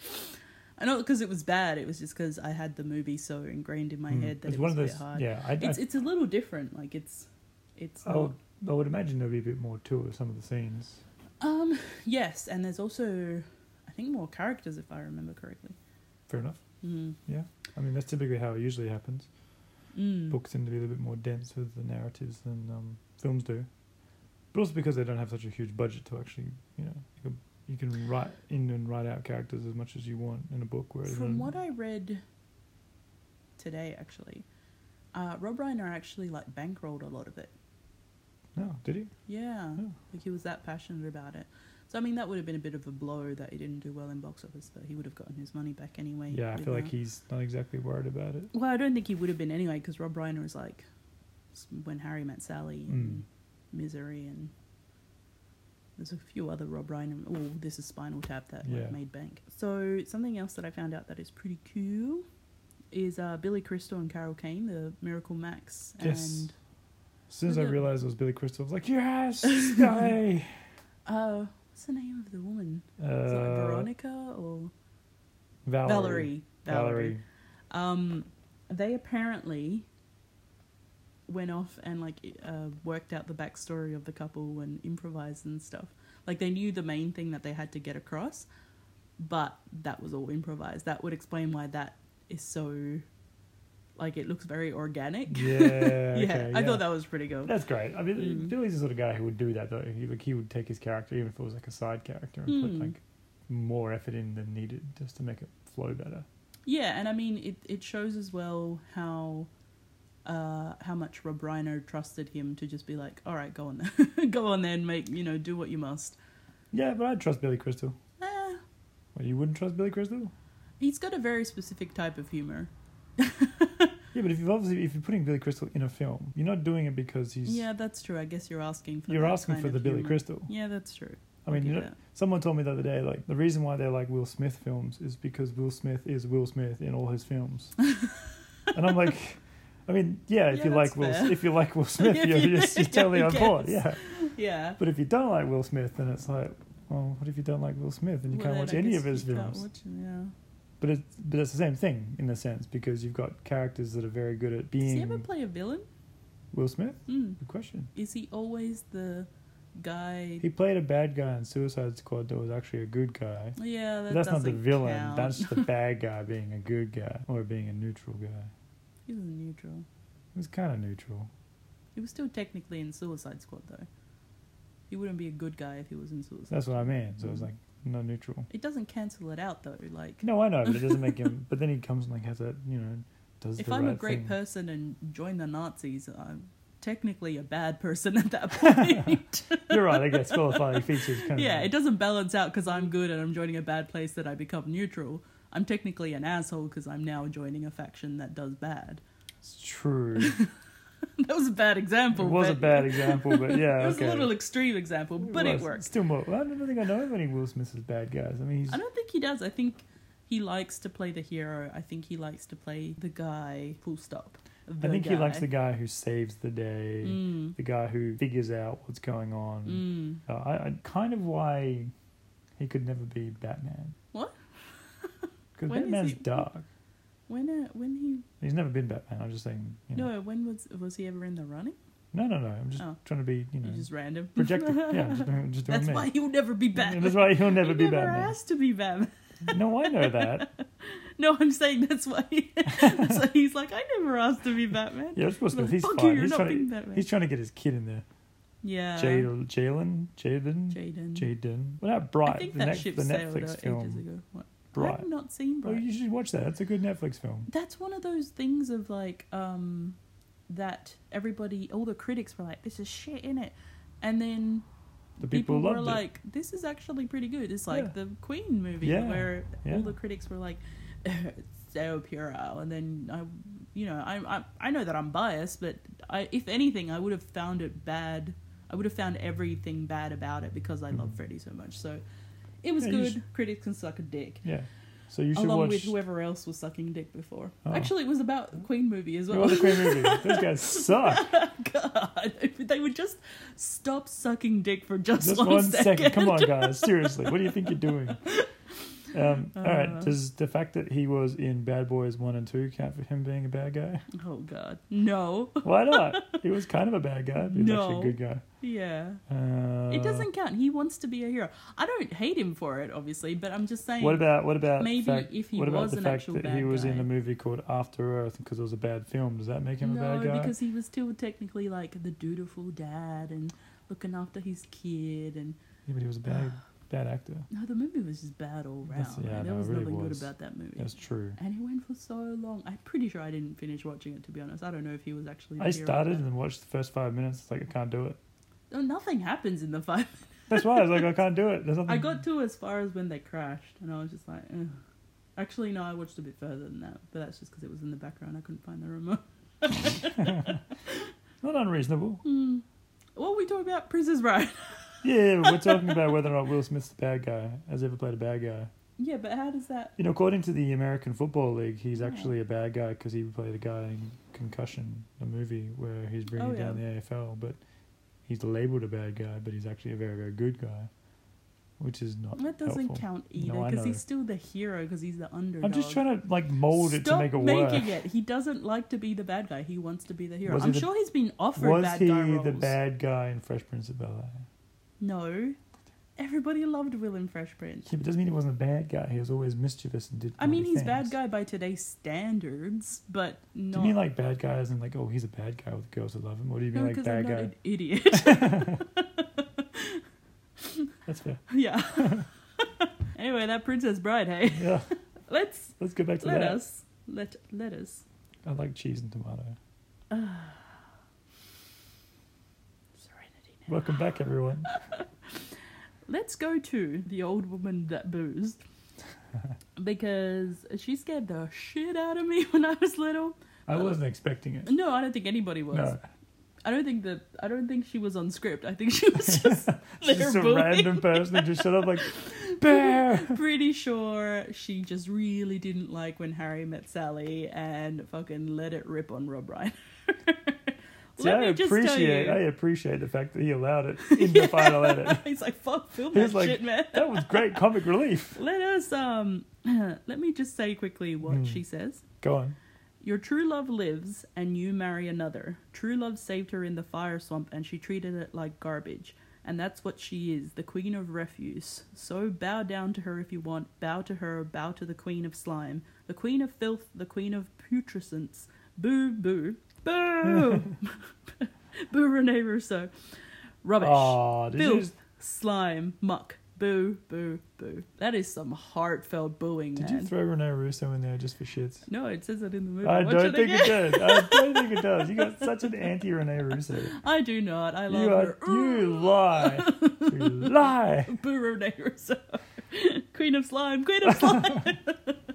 [SPEAKER 1] I not because it was bad. It was just because I had the movie so ingrained in my
[SPEAKER 2] Hmm.
[SPEAKER 1] head that
[SPEAKER 2] it's
[SPEAKER 1] it was
[SPEAKER 2] one of
[SPEAKER 1] a bit
[SPEAKER 2] those.
[SPEAKER 1] hard.
[SPEAKER 2] Yeah, I,
[SPEAKER 1] It's
[SPEAKER 2] I,
[SPEAKER 1] it's a little different. Like it's it's
[SPEAKER 2] I,
[SPEAKER 1] not
[SPEAKER 2] would, I would imagine there'd be a bit more to it with some of the scenes.
[SPEAKER 1] Um, yes, and there's also, I think, more characters if I remember correctly.
[SPEAKER 2] Fair enough.
[SPEAKER 1] Mm.
[SPEAKER 2] I mean, that's typically how it usually happens.
[SPEAKER 1] Mm.
[SPEAKER 2] Books tend to be a little bit more dense with the narratives than um, films do, but also because they don't have such a huge budget to actually, you know, you can, you can write in and write out characters as much as you want in a book. Whereas
[SPEAKER 1] From
[SPEAKER 2] in-
[SPEAKER 1] what I read today, actually, uh, Rob Reiner actually like bankrolled a lot of it.
[SPEAKER 2] no, did he?
[SPEAKER 1] Yeah,
[SPEAKER 2] Oh.
[SPEAKER 1] like he was that passionate about it. So I mean, that would have been a bit of a blow that he didn't do well in box office, but he would have gotten his money back anyway.
[SPEAKER 2] Yeah, I
[SPEAKER 1] with
[SPEAKER 2] feel like
[SPEAKER 1] that.
[SPEAKER 2] he's not exactly worried about it.
[SPEAKER 1] Well, I don't think he would have been anyway, because Rob Reiner was like s- when Harry met Sally and
[SPEAKER 2] Hmm.
[SPEAKER 1] Misery, and there's a few other Rob Reiner. Oh, this is Spinal Tap that
[SPEAKER 2] Yeah.
[SPEAKER 1] like, made bank. So something else that I found out that is pretty cool is uh, Billy Crystal and Carol Kane, the Miracle Max,
[SPEAKER 2] Yes.
[SPEAKER 1] and
[SPEAKER 2] As soon as I
[SPEAKER 1] Isn't it-
[SPEAKER 2] realized it was Billy Crystal, I was
[SPEAKER 1] (laughs)
[SPEAKER 2] like, yes, yay!
[SPEAKER 1] uh, what's the name of the woman? Is it like
[SPEAKER 2] Uh,
[SPEAKER 1] Veronica or
[SPEAKER 2] Valerie.
[SPEAKER 1] Valerie? Valerie.
[SPEAKER 2] Valerie.
[SPEAKER 1] Um, they apparently went off and like uh, worked out the backstory of the couple and improvised and stuff. Like they knew the main thing that they had to get across, but that was all improvised. That would explain why that is so, like, it looks very organic.
[SPEAKER 2] Yeah. okay,
[SPEAKER 1] (laughs) yeah, I thought that was pretty cool.
[SPEAKER 2] That's great. I mean,
[SPEAKER 1] Mm.
[SPEAKER 2] Billy's the sort of guy who would do that, though. He, like, he would take his character, even if it was like a side character, and put
[SPEAKER 1] Mm.
[SPEAKER 2] like more effort in than needed just to make it flow better.
[SPEAKER 1] Yeah, and I mean it. It shows as well how, uh, how much Rob Reiner trusted him to just be like, all right, go on (laughs) there, go on there and make you know do what you must.
[SPEAKER 2] Yeah, but I'd trust Billy Crystal.
[SPEAKER 1] Eh,
[SPEAKER 2] Well, you wouldn't trust Billy Crystal?
[SPEAKER 1] He's got a very specific type of humor.
[SPEAKER 2] Yeah, but if you've obviously if you're putting Billy Crystal in a film, you're not doing it because he's.
[SPEAKER 1] Yeah, that's true. I guess you're asking for.
[SPEAKER 2] You're
[SPEAKER 1] that
[SPEAKER 2] asking
[SPEAKER 1] kind
[SPEAKER 2] for
[SPEAKER 1] of
[SPEAKER 2] the Billy
[SPEAKER 1] humor.
[SPEAKER 2] Crystal.
[SPEAKER 1] Yeah, that's true.
[SPEAKER 2] I
[SPEAKER 1] I'll
[SPEAKER 2] mean,
[SPEAKER 1] give
[SPEAKER 2] you know,
[SPEAKER 1] that.
[SPEAKER 2] Someone told me the other day, like the reason why they're like Will Smith films is because Will Smith is Will Smith in all his
[SPEAKER 1] (laughs)
[SPEAKER 2] films. and I'm like, I mean, yeah, if
[SPEAKER 1] Yeah,
[SPEAKER 2] you like
[SPEAKER 1] that's
[SPEAKER 2] Will,
[SPEAKER 1] fair.
[SPEAKER 2] if you like
[SPEAKER 1] (laughs)
[SPEAKER 2] Will Smith,
[SPEAKER 1] If
[SPEAKER 2] you're,
[SPEAKER 1] you-
[SPEAKER 2] just you're
[SPEAKER 1] (laughs) yeah,
[SPEAKER 2] totally
[SPEAKER 1] I
[SPEAKER 2] on board,
[SPEAKER 1] guess.
[SPEAKER 2] yeah.
[SPEAKER 1] (laughs) yeah.
[SPEAKER 2] But if you don't like Will Smith, then it's like, well, what if you don't like Will Smith and you
[SPEAKER 1] Well,
[SPEAKER 2] can't
[SPEAKER 1] then
[SPEAKER 2] watch
[SPEAKER 1] I
[SPEAKER 2] any
[SPEAKER 1] guess
[SPEAKER 2] of his
[SPEAKER 1] you can't
[SPEAKER 2] films?
[SPEAKER 1] watch it, yeah.
[SPEAKER 2] But it's but it's the same thing in a sense because you've got characters that are very good at
[SPEAKER 1] Does he ever
[SPEAKER 2] being
[SPEAKER 1] play a villain?
[SPEAKER 2] Will Smith.
[SPEAKER 1] Hmm.
[SPEAKER 2] Good question.
[SPEAKER 1] Is he always the guy?
[SPEAKER 2] He played a bad guy in Suicide Squad that was actually a good guy.
[SPEAKER 1] Yeah, that
[SPEAKER 2] That's not the
[SPEAKER 1] doesn't
[SPEAKER 2] villain.
[SPEAKER 1] count.
[SPEAKER 2] That's
[SPEAKER 1] (laughs)
[SPEAKER 2] the bad guy being a good guy or being a neutral guy.
[SPEAKER 1] He was neutral.
[SPEAKER 2] It was kind of neutral.
[SPEAKER 1] He was still technically in Suicide Squad though. He wouldn't be a good guy if he was in Suicide.
[SPEAKER 2] That's what I mean. So it was
[SPEAKER 1] Mm.
[SPEAKER 2] like no neutral.
[SPEAKER 1] It doesn't cancel it out though. Like
[SPEAKER 2] No, I know, but it doesn't
[SPEAKER 1] (laughs)
[SPEAKER 2] make him. But then he comes and like has that you know does
[SPEAKER 1] if
[SPEAKER 2] the
[SPEAKER 1] I'm
[SPEAKER 2] right
[SPEAKER 1] a great
[SPEAKER 2] thing.
[SPEAKER 1] person and join the Nazis, I'm technically a bad person at that point.
[SPEAKER 2] (laughs) You're right. I
[SPEAKER 1] (laughs)
[SPEAKER 2] guess qualifying features kind of
[SPEAKER 1] yeah, it doesn't balance out because I'm good and I'm joining a bad place that I become neutral. I'm technically an asshole because I'm now joining a faction that does bad. (laughs)
[SPEAKER 2] It's true.
[SPEAKER 1] that was a bad
[SPEAKER 2] it
[SPEAKER 1] example.
[SPEAKER 2] was a
[SPEAKER 1] but-
[SPEAKER 2] bad example,
[SPEAKER 1] (laughs)
[SPEAKER 2] but yeah,
[SPEAKER 1] It was
[SPEAKER 2] okay.
[SPEAKER 1] a little extreme example, but it,
[SPEAKER 2] was.
[SPEAKER 1] works.
[SPEAKER 2] Still more. I don't think I know of any Will Smith's bad guys. I mean, he's
[SPEAKER 1] I don't think he does. I think he likes to play the hero. I think he likes to play the guy. Full stop.
[SPEAKER 2] I
[SPEAKER 1] The
[SPEAKER 2] think he likes
[SPEAKER 1] guy.
[SPEAKER 2] the guy who saves the day,
[SPEAKER 1] Mm,
[SPEAKER 2] the guy who figures out what's going on.
[SPEAKER 1] mm.
[SPEAKER 2] Uh, I, I kind of why he could never be Batman.
[SPEAKER 1] What? (laughs) When
[SPEAKER 2] Because
[SPEAKER 1] is
[SPEAKER 2] Batman's
[SPEAKER 1] he-
[SPEAKER 2] dark.
[SPEAKER 1] When uh, when he
[SPEAKER 2] He's never been Batman. I'm just saying. You know.
[SPEAKER 1] No, when was was he ever in the running?
[SPEAKER 2] No, no, no. I'm just
[SPEAKER 1] Oh.
[SPEAKER 2] trying to be, you know,
[SPEAKER 1] He's just (laughs) random.
[SPEAKER 2] projected. yeah, I'm just doing, I'm just doing
[SPEAKER 1] That's
[SPEAKER 2] me.
[SPEAKER 1] why he'll never be
[SPEAKER 2] Yeah,
[SPEAKER 1] Batman.
[SPEAKER 2] That's why he'll never
[SPEAKER 1] he
[SPEAKER 2] be
[SPEAKER 1] never
[SPEAKER 2] Batman.
[SPEAKER 1] has to be Batman. (laughs)
[SPEAKER 2] No, I know that.
[SPEAKER 1] No, I'm saying that's why. (laughs) that's why he's like, I never asked to be Batman.
[SPEAKER 2] Yeah, it's Will Smith.
[SPEAKER 1] Like,
[SPEAKER 2] He's
[SPEAKER 1] Fuck
[SPEAKER 2] fine.
[SPEAKER 1] you, you're
[SPEAKER 2] he's,
[SPEAKER 1] not
[SPEAKER 2] trying
[SPEAKER 1] being
[SPEAKER 2] to,
[SPEAKER 1] Batman.
[SPEAKER 2] he's trying to get his kid in there.
[SPEAKER 1] yeah.
[SPEAKER 2] Jadel, Jalen, Jaden,
[SPEAKER 1] Jaden.
[SPEAKER 2] Jaden. Well, not
[SPEAKER 1] I
[SPEAKER 2] Bright.
[SPEAKER 1] think
[SPEAKER 2] the
[SPEAKER 1] that
[SPEAKER 2] next, the
[SPEAKER 1] ship sailed out ages
[SPEAKER 2] Netflix film.
[SPEAKER 1] ago. What?
[SPEAKER 2] Bright.
[SPEAKER 1] I've not seen
[SPEAKER 2] Well,
[SPEAKER 1] Bright.
[SPEAKER 2] you should watch that. It's a good Netflix film.
[SPEAKER 1] That's one of those things of like um that everybody, all the critics were like, "This is shit in it," and then
[SPEAKER 2] The people,
[SPEAKER 1] people,
[SPEAKER 2] loved
[SPEAKER 1] were
[SPEAKER 2] it.
[SPEAKER 1] like, "This is actually pretty good." It's like
[SPEAKER 2] Yeah.
[SPEAKER 1] the Queen movie
[SPEAKER 2] Yeah,
[SPEAKER 1] where
[SPEAKER 2] yeah.
[SPEAKER 1] all the critics were like, (laughs) "It's stale puerile, and then I, you know, I I, I know that I'm biased, but I, if anything, I would have found it bad. I would have found everything bad about it because I love
[SPEAKER 2] Mhm.
[SPEAKER 1] Freddy so much. So it was
[SPEAKER 2] Yeah, you
[SPEAKER 1] good.
[SPEAKER 2] should-
[SPEAKER 1] Critics can suck a dick.
[SPEAKER 2] Yeah. So you should
[SPEAKER 1] Along
[SPEAKER 2] watch.
[SPEAKER 1] with
[SPEAKER 2] (laughs)
[SPEAKER 1] whoever else was sucking dick before.
[SPEAKER 2] Oh.
[SPEAKER 1] Actually, it was about Queen movie as
[SPEAKER 2] You're
[SPEAKER 1] well.
[SPEAKER 2] the Queen
[SPEAKER 1] (laughs)
[SPEAKER 2] movie. Those guys suck.
[SPEAKER 1] God, if they would just stop sucking dick for just,
[SPEAKER 2] Just
[SPEAKER 1] one second.
[SPEAKER 2] Come on, guys. Seriously, what do you think you're doing? Um, all right.
[SPEAKER 1] Uh.
[SPEAKER 2] Does the fact that he was in Bad Boys One and Two count for him being a bad guy?
[SPEAKER 1] (laughs) Oh God, no, (laughs)
[SPEAKER 2] Why not? he was kind of a bad guy. But he was
[SPEAKER 1] No.
[SPEAKER 2] actually a good guy.
[SPEAKER 1] yeah,
[SPEAKER 2] Uh,
[SPEAKER 1] it doesn't count. He wants to be a hero. I don't hate him for it, obviously, but I'm just saying.
[SPEAKER 2] What about what about
[SPEAKER 1] Maybe
[SPEAKER 2] the fact,
[SPEAKER 1] if he
[SPEAKER 2] what about
[SPEAKER 1] was
[SPEAKER 2] the
[SPEAKER 1] an
[SPEAKER 2] fact
[SPEAKER 1] actual
[SPEAKER 2] that he
[SPEAKER 1] bad
[SPEAKER 2] was in
[SPEAKER 1] guy?
[SPEAKER 2] a movie called After Earth because it was a bad film? Does that make him a
[SPEAKER 1] no,
[SPEAKER 2] bad guy?
[SPEAKER 1] because he was still technically like the dutiful dad and looking after his kid, and
[SPEAKER 2] yeah, but he was
[SPEAKER 1] (sighs)
[SPEAKER 2] a bad bad actor.
[SPEAKER 1] no, the movie was just bad all round.
[SPEAKER 2] That's- yeah,
[SPEAKER 1] Like, there
[SPEAKER 2] no, it
[SPEAKER 1] was
[SPEAKER 2] really
[SPEAKER 1] nothing
[SPEAKER 2] was.
[SPEAKER 1] good about that movie.
[SPEAKER 2] That's true.
[SPEAKER 1] And it went for so long. I'm pretty sure I didn't finish watching it. To be honest, I don't know if he was actually. the
[SPEAKER 2] I
[SPEAKER 1] hero or
[SPEAKER 2] started
[SPEAKER 1] not.
[SPEAKER 2] and watched the first five minutes. It's like I can't do it.
[SPEAKER 1] No, nothing happens in the five
[SPEAKER 2] (laughs) That's why I was like I can't do it. There's
[SPEAKER 1] (laughs)
[SPEAKER 2] nothing.
[SPEAKER 1] I got to as far as when they crashed, and I was just like, Ugh. actually, no, I watched a bit further than that, but that's just because it was in the background. I couldn't find the remote. (laughs)
[SPEAKER 2] (laughs) not unreasonable.
[SPEAKER 1] Hmm. What we talking about? Princess Bride. (laughs)
[SPEAKER 2] Yeah, we're talking about whether or not Will Smith's the bad guy. Has he ever played a bad guy?
[SPEAKER 1] yeah, but how does that?
[SPEAKER 2] You know, according to the American Football League, he's
[SPEAKER 1] Yeah.
[SPEAKER 2] actually a bad guy because he played a guy in Concussion, the movie where he's bringing
[SPEAKER 1] Oh, yeah.
[SPEAKER 2] down the AFL. But he's labeled a bad guy, but he's actually a very, very good guy, which is not.
[SPEAKER 1] That doesn't
[SPEAKER 2] helpful.
[SPEAKER 1] count either,
[SPEAKER 2] I
[SPEAKER 1] because
[SPEAKER 2] know.
[SPEAKER 1] he's still the hero, because he's the underdog.
[SPEAKER 2] I'm just trying to like mold it to
[SPEAKER 1] Stop
[SPEAKER 2] make it work.
[SPEAKER 1] making it. He doesn't like to be the bad guy. He wants to be the hero.
[SPEAKER 2] Was he
[SPEAKER 1] I'm
[SPEAKER 2] the-
[SPEAKER 1] sure he's been offered
[SPEAKER 2] Was
[SPEAKER 1] bad
[SPEAKER 2] he
[SPEAKER 1] guy
[SPEAKER 2] the
[SPEAKER 1] roles.
[SPEAKER 2] bad guy in Fresh Prince of Bel Air?
[SPEAKER 1] No, everybody loved Will in Fresh Prince.
[SPEAKER 2] Yeah, but it doesn't mean he wasn't a bad guy. He was always mischievous and did.
[SPEAKER 1] I mean,
[SPEAKER 2] naughty
[SPEAKER 1] he's
[SPEAKER 2] things.
[SPEAKER 1] bad guy by today's standards, but not.
[SPEAKER 2] Do you mean like bad guy as in like, oh, he's a bad guy with girls that love him? Or do you mean
[SPEAKER 1] No,
[SPEAKER 2] like
[SPEAKER 1] because I'm
[SPEAKER 2] bad
[SPEAKER 1] not
[SPEAKER 2] guy?
[SPEAKER 1] (laughs) an idiot.
[SPEAKER 2] (laughs) That's fair.
[SPEAKER 1] yeah. (laughs) anyway, that Princess Bride. Hey,
[SPEAKER 2] Yeah,
[SPEAKER 1] let's
[SPEAKER 2] let's go back to
[SPEAKER 1] let
[SPEAKER 2] that.
[SPEAKER 1] us let let us.
[SPEAKER 2] I like cheese and tomato.
[SPEAKER 1] Serenity.
[SPEAKER 2] Welcome back, everyone.
[SPEAKER 1] Let's go to the old woman that
[SPEAKER 2] (laughs)
[SPEAKER 1] boozed because she scared the shit out of me (laughs) when I was little.
[SPEAKER 2] I wasn't expecting it.
[SPEAKER 1] No, I don't think anybody was.
[SPEAKER 2] No,
[SPEAKER 1] I don't think that. I don't think she was on script. I think she
[SPEAKER 2] (laughs)
[SPEAKER 1] was just there
[SPEAKER 2] just a
[SPEAKER 1] booing.
[SPEAKER 2] random person who just showed up
[SPEAKER 1] (laughs)
[SPEAKER 2] like, bear.
[SPEAKER 1] pretty sure she just really didn't like when Harry met Sally and fucking let it rip on Rob (laughs) Ryan.
[SPEAKER 2] See, I appreciate, I appreciate the fact that he allowed
[SPEAKER 1] (laughs)
[SPEAKER 2] it in the final edit.
[SPEAKER 1] He's like, fuck, film
[SPEAKER 2] He's
[SPEAKER 1] that
[SPEAKER 2] like-
[SPEAKER 1] shit, man.
[SPEAKER 2] That was great comic relief.
[SPEAKER 1] Let us, um, (clears throat) let me just say quickly what
[SPEAKER 2] Hmm.
[SPEAKER 1] she says.
[SPEAKER 2] Go on.
[SPEAKER 1] Your true love lives and you marry another. True love saved her in the fire swamp and she treated it like garbage. And that's what she is, the queen of refuse. So bow down to her if you want, bow to her, bow to the queen of slime, the queen of filth, the queen of putrescence. Boo, boo, boo! (laughs) boo, Rene Russo. Rubbish.
[SPEAKER 2] Aw, did you,
[SPEAKER 1] filth, slime, muck. Boo, boo, boo. That is some heartfelt booing,
[SPEAKER 2] did
[SPEAKER 1] man.
[SPEAKER 2] you throw Rene Russo in there just for shits?
[SPEAKER 1] no, it says that in the movie.
[SPEAKER 2] I
[SPEAKER 1] Watch
[SPEAKER 2] don't
[SPEAKER 1] it
[SPEAKER 2] think
[SPEAKER 1] again.
[SPEAKER 2] it does. I don't think it does. You got such an anti Rene Russo.
[SPEAKER 1] I do not. (laughs) I love
[SPEAKER 2] You are,
[SPEAKER 1] her.
[SPEAKER 2] you lie.
[SPEAKER 1] (laughs)
[SPEAKER 2] You lie.
[SPEAKER 1] Boo Renee Russo. (laughs) Queen of Slime. Queen of Slime.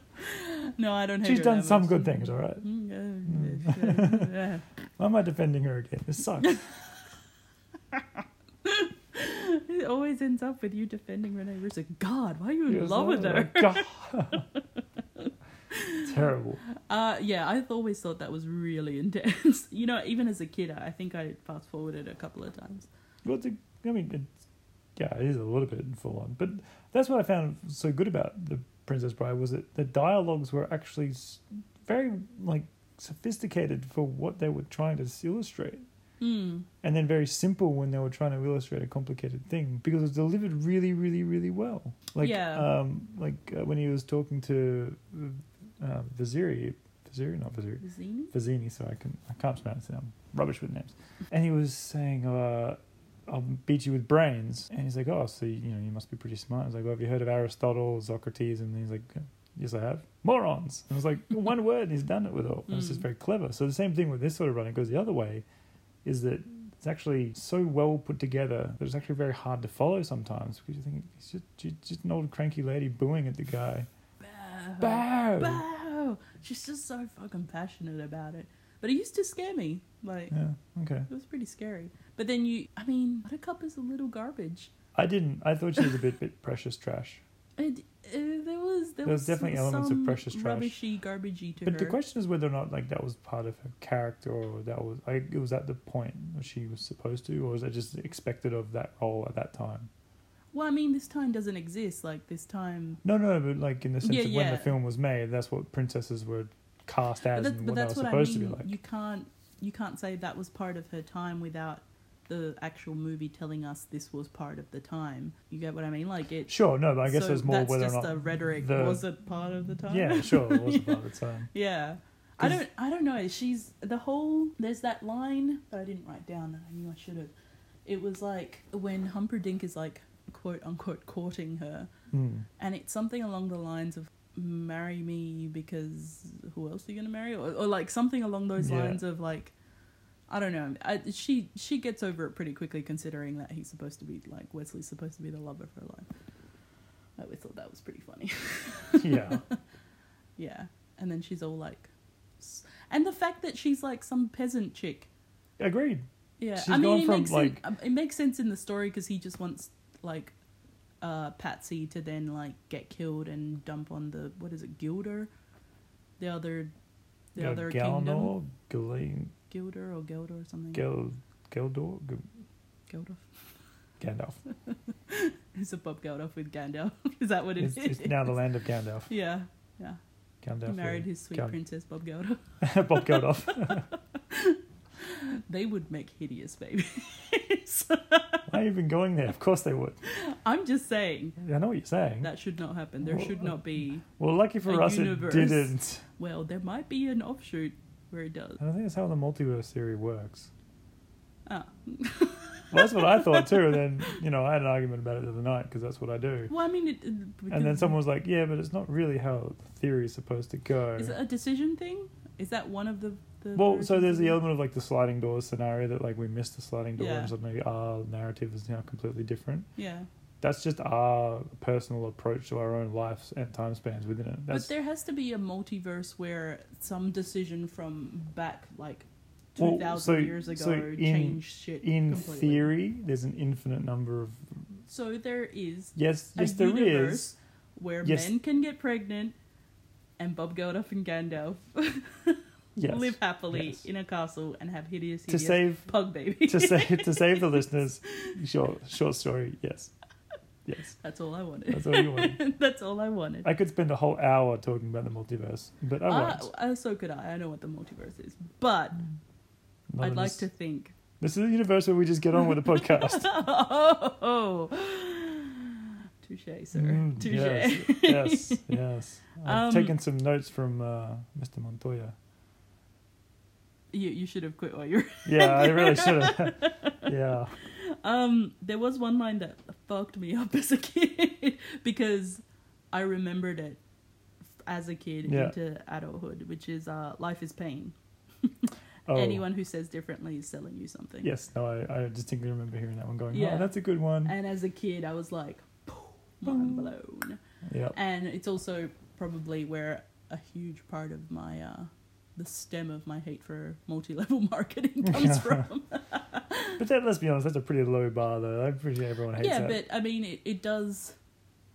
[SPEAKER 1] (laughs) no, I don't hate
[SPEAKER 2] She's
[SPEAKER 1] her
[SPEAKER 2] done
[SPEAKER 1] that
[SPEAKER 2] some
[SPEAKER 1] much.
[SPEAKER 2] good things, all right?
[SPEAKER 1] Mm, yeah, yeah,
[SPEAKER 2] Why am I defending her again? This sucks.
[SPEAKER 1] yeah. (laughs) it always ends up with you defending Renee Russo. God, why are
[SPEAKER 2] (laughs)
[SPEAKER 1] you in
[SPEAKER 2] Yes,
[SPEAKER 1] love
[SPEAKER 2] oh
[SPEAKER 1] with
[SPEAKER 2] my
[SPEAKER 1] her?
[SPEAKER 2] God. (laughs) Terrible.
[SPEAKER 1] Uh, yeah, I've always thought that was really (laughs) intense. you know, even as a kid, I I think I fast forwarded a couple of times.
[SPEAKER 2] Well, it's a- I mean, it's, yeah, it is a little bit full on, but that's what I found so good about the Princess Bride was that the dialogues were actually s- very like sophisticated for what they were trying to s- illustrate,
[SPEAKER 1] Hmm.
[SPEAKER 2] and then very simple when they were trying to illustrate a complicated thing because it was delivered really, really, really well. Like,
[SPEAKER 1] Yeah.
[SPEAKER 2] um, like uh, when he was talking to uh, Vaziri, Vaziri, not Vaziri.
[SPEAKER 1] Zini?
[SPEAKER 2] Fazzini, so I can I can't pronounce it. I'm rubbish with names. And he was saying, uh, "I'll beat you with brains." And he's like, "Oh, so you know you must be pretty smart." I was like, well, "Have you heard of Aristotle, Socrates?" And he's like, "Yes, I have." Morons. And I was like, (laughs) "One word, and he's done it with all." And it's just
[SPEAKER 1] Mm.
[SPEAKER 2] very clever. So the same thing with this sort of running goes the other way, is that. It's actually so well put together that it's actually very hard to follow sometimes because you
[SPEAKER 1] Oh.
[SPEAKER 2] think it's just, just, just an old cranky lady booing at the guy.
[SPEAKER 1] Bow.
[SPEAKER 2] Bow!
[SPEAKER 1] Bow. go. She's just so fucking passionate about it. But it used to scare me. Like,
[SPEAKER 2] Yeah. Okay.
[SPEAKER 1] it was pretty scary. But then you, I mean, Buttercup is a little garbage.
[SPEAKER 2] I didn't. I thought she was a bit bit precious trash.
[SPEAKER 1] It, uh, there was there,
[SPEAKER 2] There was definitely elements of
[SPEAKER 1] some
[SPEAKER 2] precious trash.
[SPEAKER 1] rubbishy, garbagey to
[SPEAKER 2] But
[SPEAKER 1] her.
[SPEAKER 2] the question is whether or not like that was part of her character, or that was like it was at the point that she was supposed to, or was that just expected of that role at that time?
[SPEAKER 1] well, I mean, this time doesn't exist. Like this time,
[SPEAKER 2] No, no, but like in the sense
[SPEAKER 1] Yeah,
[SPEAKER 2] of when
[SPEAKER 1] yeah.
[SPEAKER 2] the film was made, that's what princesses were cast
[SPEAKER 1] but,
[SPEAKER 2] as
[SPEAKER 1] that's but
[SPEAKER 2] and what they were
[SPEAKER 1] that's what I
[SPEAKER 2] supposed
[SPEAKER 1] mean.
[SPEAKER 2] to be like.
[SPEAKER 1] You can't you can't say that was part of her time without the actual movie telling us this was part of the time. You get what I mean? Like it.
[SPEAKER 2] Sure, no, but I guess
[SPEAKER 1] so
[SPEAKER 2] there's more
[SPEAKER 1] that's
[SPEAKER 2] whether
[SPEAKER 1] just
[SPEAKER 2] or not
[SPEAKER 1] a rhetoric.
[SPEAKER 2] the-
[SPEAKER 1] was it part of the time?
[SPEAKER 2] Yeah, sure,
[SPEAKER 1] (laughs)
[SPEAKER 2] it was part of the time.
[SPEAKER 1] Yeah. I
[SPEAKER 2] 'Cause-
[SPEAKER 1] don't I don't know. She's the whole there's that line that I didn't write down that I knew I should have. It was like when Humperdinck is like quote unquote courting her
[SPEAKER 2] Mm.
[SPEAKER 1] and it's something along the lines of marry me because who else are you going to marry or, or like something along those
[SPEAKER 2] Yeah.
[SPEAKER 1] lines of like I don't know. I, she she gets over it pretty quickly considering that he's supposed to be like Wesley's supposed to be the love of her life. I always thought that was pretty funny.
[SPEAKER 2] Yeah,
[SPEAKER 1] Yeah. And then she's all like. s- And the fact that she's like some peasant chick.
[SPEAKER 2] agreed.
[SPEAKER 1] Yeah.
[SPEAKER 2] She's
[SPEAKER 1] I mean,
[SPEAKER 2] gone
[SPEAKER 1] it,
[SPEAKER 2] from,
[SPEAKER 1] makes
[SPEAKER 2] like-
[SPEAKER 1] sen- it makes sense in the story because he just wants, like, uh, Patsy to then, like, get killed and dump on the. What is it? Gilder? The other. The
[SPEAKER 2] Yeah,
[SPEAKER 1] (laughs) other kingdom.
[SPEAKER 2] Galenor, Galen,
[SPEAKER 1] Gilder or Gelder or something.
[SPEAKER 2] Gel, Geldor, G-
[SPEAKER 1] (laughs) Gelder.
[SPEAKER 2] Gandalf.
[SPEAKER 1] It's a Bob Geldof with Gandalf. (laughs) is that what it
[SPEAKER 2] It's,
[SPEAKER 1] is?
[SPEAKER 2] it's now the land of Gandalf.
[SPEAKER 1] (laughs) Yeah. Yeah.
[SPEAKER 2] Gandalf.
[SPEAKER 1] He married
[SPEAKER 2] (laughs) or
[SPEAKER 1] his sweet
[SPEAKER 2] Gand-
[SPEAKER 1] princess, Bob Geldof.
[SPEAKER 2] Bob Geldof.
[SPEAKER 1] (laughs) They would make hideous babies. (laughs)
[SPEAKER 2] Why are you even going there? Of course they would.
[SPEAKER 1] I'm just saying.
[SPEAKER 2] I know what you're saying.
[SPEAKER 1] That should not happen. There should not be.
[SPEAKER 2] Well, lucky for
[SPEAKER 1] A
[SPEAKER 2] us,
[SPEAKER 1] universe.
[SPEAKER 2] it didn't.
[SPEAKER 1] Well, there might be an offshoot where it does.
[SPEAKER 2] I don't think that's how the multiverse theory works.
[SPEAKER 1] Ah.
[SPEAKER 2] Well, that's what I thought too. And then, you know, I had an argument about it the other night because that's what I do.
[SPEAKER 1] (laughs) Well, I mean, it, uh,
[SPEAKER 2] And then someone was like, yeah, but it's not really how the theory is supposed to go.
[SPEAKER 1] Is it a decision thing? Is that one of the? the
[SPEAKER 2] Well, so
[SPEAKER 1] versions
[SPEAKER 2] there's
[SPEAKER 1] of
[SPEAKER 2] the
[SPEAKER 1] it?
[SPEAKER 2] element of like the sliding door scenario that like we missed the sliding door
[SPEAKER 1] Yeah.
[SPEAKER 2] and suddenly our narrative is now completely different.
[SPEAKER 1] Yeah,
[SPEAKER 2] That's just our personal approach to our own lives and time spans within it. That's
[SPEAKER 1] but there has to be a multiverse where some decision from back like
[SPEAKER 2] Well,
[SPEAKER 1] two thousand
[SPEAKER 2] so-
[SPEAKER 1] years ago
[SPEAKER 2] so in-
[SPEAKER 1] changed shit.
[SPEAKER 2] in
[SPEAKER 1] completely.
[SPEAKER 2] theory, there's an infinite number of
[SPEAKER 1] so there is
[SPEAKER 2] yes,
[SPEAKER 1] A
[SPEAKER 2] yes, there is.
[SPEAKER 1] universe where
[SPEAKER 2] Yes.
[SPEAKER 1] men can get pregnant, and Bob Geldof and Gandalf (laughs)
[SPEAKER 2] Yes.
[SPEAKER 1] live happily
[SPEAKER 2] Yes.
[SPEAKER 1] in a castle and have hideous,
[SPEAKER 2] to
[SPEAKER 1] hideous (laughs)
[SPEAKER 2] save
[SPEAKER 1] pug baby.
[SPEAKER 2] to save to save the listeners, short short story. Yes, yes,
[SPEAKER 1] That's all I wanted.
[SPEAKER 2] that's all you
[SPEAKER 1] (laughs)
[SPEAKER 2] wanted.
[SPEAKER 1] That's all I wanted.
[SPEAKER 2] I could spend a whole hour talking about the multiverse, but I
[SPEAKER 1] Uh,
[SPEAKER 2] won't.
[SPEAKER 1] uh, so could I. I know what the multiverse is, but
[SPEAKER 2] None
[SPEAKER 1] I'd
[SPEAKER 2] of
[SPEAKER 1] like
[SPEAKER 2] this-
[SPEAKER 1] to
[SPEAKER 2] (laughs)
[SPEAKER 1] think.
[SPEAKER 2] This is the universe where we just get on
[SPEAKER 1] (laughs)
[SPEAKER 2] with the podcast.
[SPEAKER 1] oh, touche, sir.
[SPEAKER 2] Mm,
[SPEAKER 1] touche.
[SPEAKER 2] Yes, yes, yes. I've
[SPEAKER 1] Um,
[SPEAKER 2] taken some notes from uh, Mr. Montoya.
[SPEAKER 1] (laughs) You you should have quit while you were.
[SPEAKER 2] (laughs) Yeah, I really
[SPEAKER 1] (laughs)
[SPEAKER 2] should have. yeah,
[SPEAKER 1] Um, there was one line that fucked me up (laughs) as a kid because I remembered it as a kid
[SPEAKER 2] Yeah.
[SPEAKER 1] into adulthood, which is uh, "Life is pain."
[SPEAKER 2] oh,
[SPEAKER 1] Anyone who says differently is selling you something.
[SPEAKER 2] Yes, no, I, I distinctly remember hearing that one. Going,
[SPEAKER 1] Yeah.
[SPEAKER 2] oh, that's a good one.
[SPEAKER 1] And as a kid, I was like,
[SPEAKER 2] Mm.
[SPEAKER 1] mind blown.
[SPEAKER 2] yeah,
[SPEAKER 1] And it's also probably where a huge part of my, uh, the stem of my hate for multi level (laughs) marketing comes
[SPEAKER 2] (laughs)
[SPEAKER 1] from.
[SPEAKER 2] but that, let's be honest, that's a pretty low bar, though. I'm pretty sure everyone hates
[SPEAKER 1] yeah,
[SPEAKER 2] that.
[SPEAKER 1] but I mean, it, it does,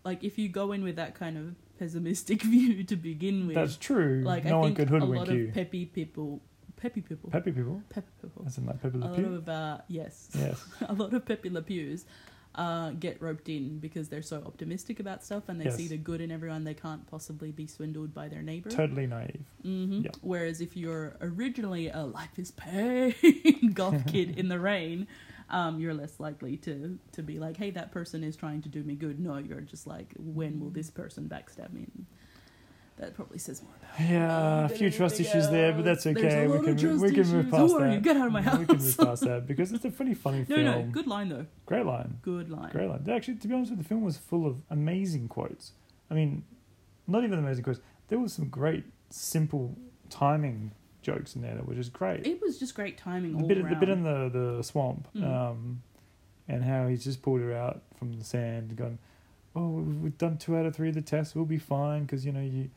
[SPEAKER 1] like, if you go in with that kind of pessimistic (laughs) view to begin with,
[SPEAKER 2] that's true.
[SPEAKER 1] like,
[SPEAKER 2] no
[SPEAKER 1] I
[SPEAKER 2] one
[SPEAKER 1] think
[SPEAKER 2] could
[SPEAKER 1] a
[SPEAKER 2] hoodwink
[SPEAKER 1] lot of
[SPEAKER 2] you.
[SPEAKER 1] peppy people, peppy people,
[SPEAKER 2] Peppy people.
[SPEAKER 1] peppy people,
[SPEAKER 2] That's in like Pepe
[SPEAKER 1] a
[SPEAKER 2] Le
[SPEAKER 1] lot
[SPEAKER 2] Pew.
[SPEAKER 1] of, uh, yes,
[SPEAKER 2] Yes.
[SPEAKER 1] (laughs) a lot of Pepe Le Pews uh, get roped in because they're so optimistic about stuff and they
[SPEAKER 2] Yes.
[SPEAKER 1] see the good in everyone. They can't possibly be swindled by their neighbor.
[SPEAKER 2] Totally naive.
[SPEAKER 1] hmm
[SPEAKER 2] Yeah.
[SPEAKER 1] Whereas if you're originally a life is pain (laughs) goth kid in the rain, um, you're less likely to to be like, hey, that person is trying to do me good. No, you're just like, when will this person backstab me? And that probably says more about.
[SPEAKER 2] Yeah, a
[SPEAKER 1] than
[SPEAKER 2] few trust
[SPEAKER 1] anything
[SPEAKER 2] issues there, but
[SPEAKER 1] else.
[SPEAKER 2] that's okay.
[SPEAKER 1] There's a
[SPEAKER 2] We
[SPEAKER 1] lot of
[SPEAKER 2] can
[SPEAKER 1] trust
[SPEAKER 2] we can move
[SPEAKER 1] issues.
[SPEAKER 2] past
[SPEAKER 1] Who are you?
[SPEAKER 2] that.
[SPEAKER 1] Get out of my
[SPEAKER 2] (laughs) We can
[SPEAKER 1] house.
[SPEAKER 2] move past that because it's a pretty funny
[SPEAKER 1] (laughs) No,
[SPEAKER 2] film.
[SPEAKER 1] no, good line though.
[SPEAKER 2] Great line.
[SPEAKER 1] Good line.
[SPEAKER 2] Great line. Actually, to be honest with you, the film was full of amazing quotes. I mean, not even amazing quotes. There was some great simple timing jokes in there that were just great.
[SPEAKER 1] It was just great timing
[SPEAKER 2] the
[SPEAKER 1] all
[SPEAKER 2] bit,
[SPEAKER 1] around.
[SPEAKER 2] the bit in the, the swamp,
[SPEAKER 1] Mm.
[SPEAKER 2] um, and how he's just pulled her out from the sand and gone, oh, we've done two out of three of the tests, we'll be fine because you know you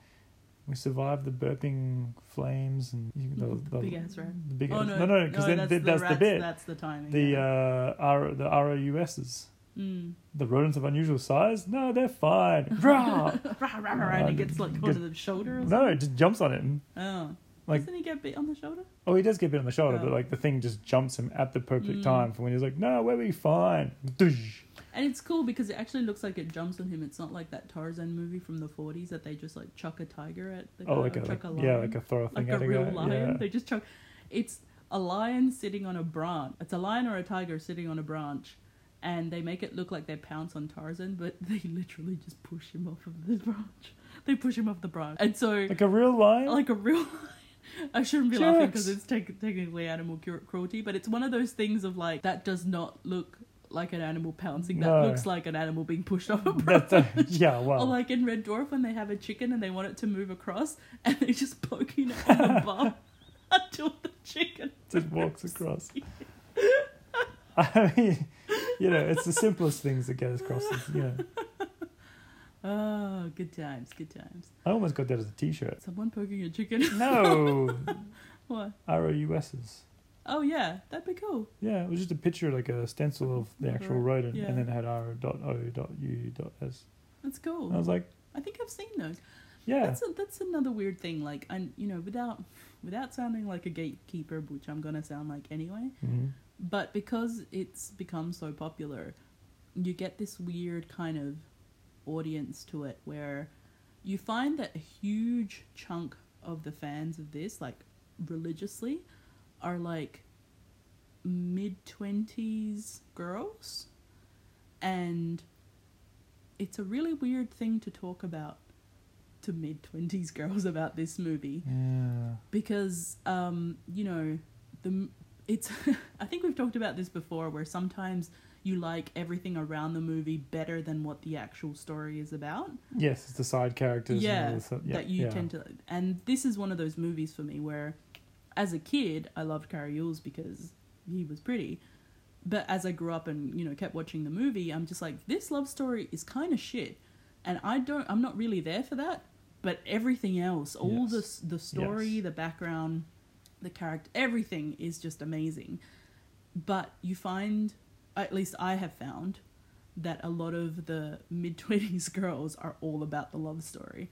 [SPEAKER 2] We survived the burping flames and you, the,
[SPEAKER 1] The big ass rat.
[SPEAKER 2] The big
[SPEAKER 1] Oh
[SPEAKER 2] ass-
[SPEAKER 1] no,
[SPEAKER 2] no, no, because that's,
[SPEAKER 1] that's, the,
[SPEAKER 2] that's the
[SPEAKER 1] rats,
[SPEAKER 2] bit.
[SPEAKER 1] That's the timing.
[SPEAKER 2] the
[SPEAKER 1] yeah.
[SPEAKER 2] uh, R, the ROUSs,
[SPEAKER 1] mm. (laughs)
[SPEAKER 2] the rodents of unusual size. No, they're fine. Rah!
[SPEAKER 1] rah, rah, rah, and
[SPEAKER 2] uh,
[SPEAKER 1] it gets like
[SPEAKER 2] good-
[SPEAKER 1] onto the shoulder or
[SPEAKER 2] no, it just jumps on him.
[SPEAKER 1] something. Oh,
[SPEAKER 2] Like-
[SPEAKER 1] doesn't he get bit on the shoulder?
[SPEAKER 2] Oh, he does get bit on the shoulder,
[SPEAKER 1] Oh.
[SPEAKER 2] but like the thing just jumps him at the perfect
[SPEAKER 1] Mm.
[SPEAKER 2] time for when he's like, "No, we'll be fine." Doosh.
[SPEAKER 1] And it's cool because it actually looks like it jumps on him. It's not like that Tarzan movie from the 40s that they just like chuck a tiger at the
[SPEAKER 2] Oh,
[SPEAKER 1] guy,
[SPEAKER 2] like a
[SPEAKER 1] or chuck
[SPEAKER 2] like,
[SPEAKER 1] a
[SPEAKER 2] yeah,
[SPEAKER 1] lion.
[SPEAKER 2] like a throw
[SPEAKER 1] like
[SPEAKER 2] thing
[SPEAKER 1] a
[SPEAKER 2] at a
[SPEAKER 1] real
[SPEAKER 2] guy.
[SPEAKER 1] lion.
[SPEAKER 2] Yeah.
[SPEAKER 1] They just chuck. It's a lion sitting on a branch. It's a lion or a tiger sitting on a branch, and they make it look like they pounce on Tarzan, but (laughs) they literally just push him off of the branch. They push him off the branch, and so
[SPEAKER 2] Like a real
[SPEAKER 1] (laughs)
[SPEAKER 2] lion. (laughs)
[SPEAKER 1] like a real. I shouldn't be laughing because
[SPEAKER 2] Jerks.
[SPEAKER 1] it's tec- technically animal cru- cruelty, but it's one of those things of like that does not look like an animal pouncing. That
[SPEAKER 2] No.
[SPEAKER 1] looks like an animal being pushed off a branch.
[SPEAKER 2] That's a- (laughs)
[SPEAKER 1] (laughs)
[SPEAKER 2] yeah,
[SPEAKER 1] Or
[SPEAKER 2] well,
[SPEAKER 1] like in Red Dwarf when they have a chicken and they want it to move across (laughs) and they're just poking it with a bum (laughs) until the chicken.
[SPEAKER 2] just
[SPEAKER 1] (laughs)
[SPEAKER 2] walks across. (laughs) I mean, you know, it's the simplest things that get us across. It's, You know,
[SPEAKER 1] Oh, good times, good times.
[SPEAKER 2] I almost got that as a T-shirt.
[SPEAKER 1] Someone poking a chicken. (laughs)
[SPEAKER 2] No,
[SPEAKER 1] what?
[SPEAKER 2] ROUSs.
[SPEAKER 1] Oh yeah, that'd be cool.
[SPEAKER 2] Yeah, it was just a picture, like a stencil of the actual rodent,
[SPEAKER 1] Yeah.
[SPEAKER 2] and then it had R dot O dot U dot S.
[SPEAKER 1] That's
[SPEAKER 2] And I
[SPEAKER 1] cool.
[SPEAKER 2] was like,
[SPEAKER 1] I think I've seen those.
[SPEAKER 2] yeah,
[SPEAKER 1] That's a, that's another weird thing. Like, and you know, without without sounding like a gatekeeper, which I'm gonna sound like anyway.
[SPEAKER 2] Mhm.
[SPEAKER 1] But because it's become so popular, you get this weird kind of audience to it where you find that a huge chunk of the fans of this, like religiously, are like mid 20s girls. And it's a really weird thing to talk about to mid 20s (laughs) girls about this movie
[SPEAKER 2] yeah.
[SPEAKER 1] because um, you know the it's (laughs) I think we've talked about this before where sometimes you like everything around the movie better than what the actual story is about
[SPEAKER 2] Yes, it's the side characters. and all
[SPEAKER 1] yeah,
[SPEAKER 2] this stuff. yeah
[SPEAKER 1] that you
[SPEAKER 2] yeah.
[SPEAKER 1] tend to and this is one of those movies for me where as a kid I loved Carrie Yules because he was pretty but as I grew up and you know kept watching the movie I'm just like this love story is kind of shit and I don't I'm not really there for that but everything else all
[SPEAKER 2] Yes.
[SPEAKER 1] the s the story
[SPEAKER 2] Yes.
[SPEAKER 1] the background the character everything is just amazing but you find at least I have found that a lot of the mid 20s (laughs) girls are all about the love story.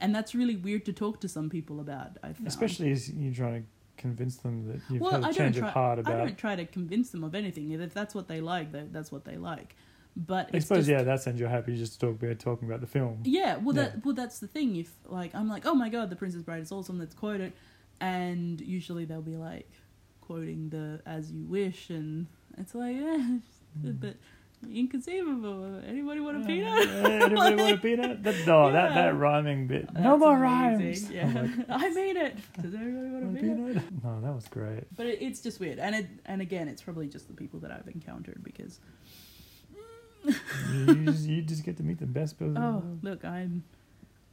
[SPEAKER 1] And that's really weird to talk to some people about, I found.
[SPEAKER 2] Especially as you're trying to convince them that you've
[SPEAKER 1] Well,
[SPEAKER 2] had
[SPEAKER 1] I
[SPEAKER 2] a
[SPEAKER 1] don't
[SPEAKER 2] change
[SPEAKER 1] try-
[SPEAKER 2] of heart
[SPEAKER 1] I
[SPEAKER 2] about.
[SPEAKER 1] don't try to convince them of anything. If that's what they like, tha- that's what they like. But
[SPEAKER 2] I
[SPEAKER 1] it's
[SPEAKER 2] suppose
[SPEAKER 1] just-
[SPEAKER 2] yeah, that's and you're happy just to talk about talking about the film.
[SPEAKER 1] Yeah, well,
[SPEAKER 2] Yeah.
[SPEAKER 1] that well, that's the thing. If like I'm like, oh my god, The Princess Bride is awesome. Let's quote it, and usually they'll be like quoting the "As You Wish," and it's like, yeah, (laughs)
[SPEAKER 2] Mm.
[SPEAKER 1] but inconceivable. Anybody want a
[SPEAKER 2] Uh, Yeah,
[SPEAKER 1] peanut? (laughs)
[SPEAKER 2] Anybody want a peanut? That, no, that,
[SPEAKER 1] Yeah.
[SPEAKER 2] that rhyming bit. no
[SPEAKER 1] That's
[SPEAKER 2] more
[SPEAKER 1] amazing.
[SPEAKER 2] rhymes. Oh
[SPEAKER 1] Yeah, (laughs) I made it. Does everybody
[SPEAKER 2] Want
[SPEAKER 1] want
[SPEAKER 2] a
[SPEAKER 1] to be it?
[SPEAKER 2] peanut? No, that was great.
[SPEAKER 1] But it, it's just weird, and it, and again, it's probably just the people that I've encountered because.
[SPEAKER 2] you, just, you just get to meet the best people. in the
[SPEAKER 1] Oh,
[SPEAKER 2] world.
[SPEAKER 1] look, I'm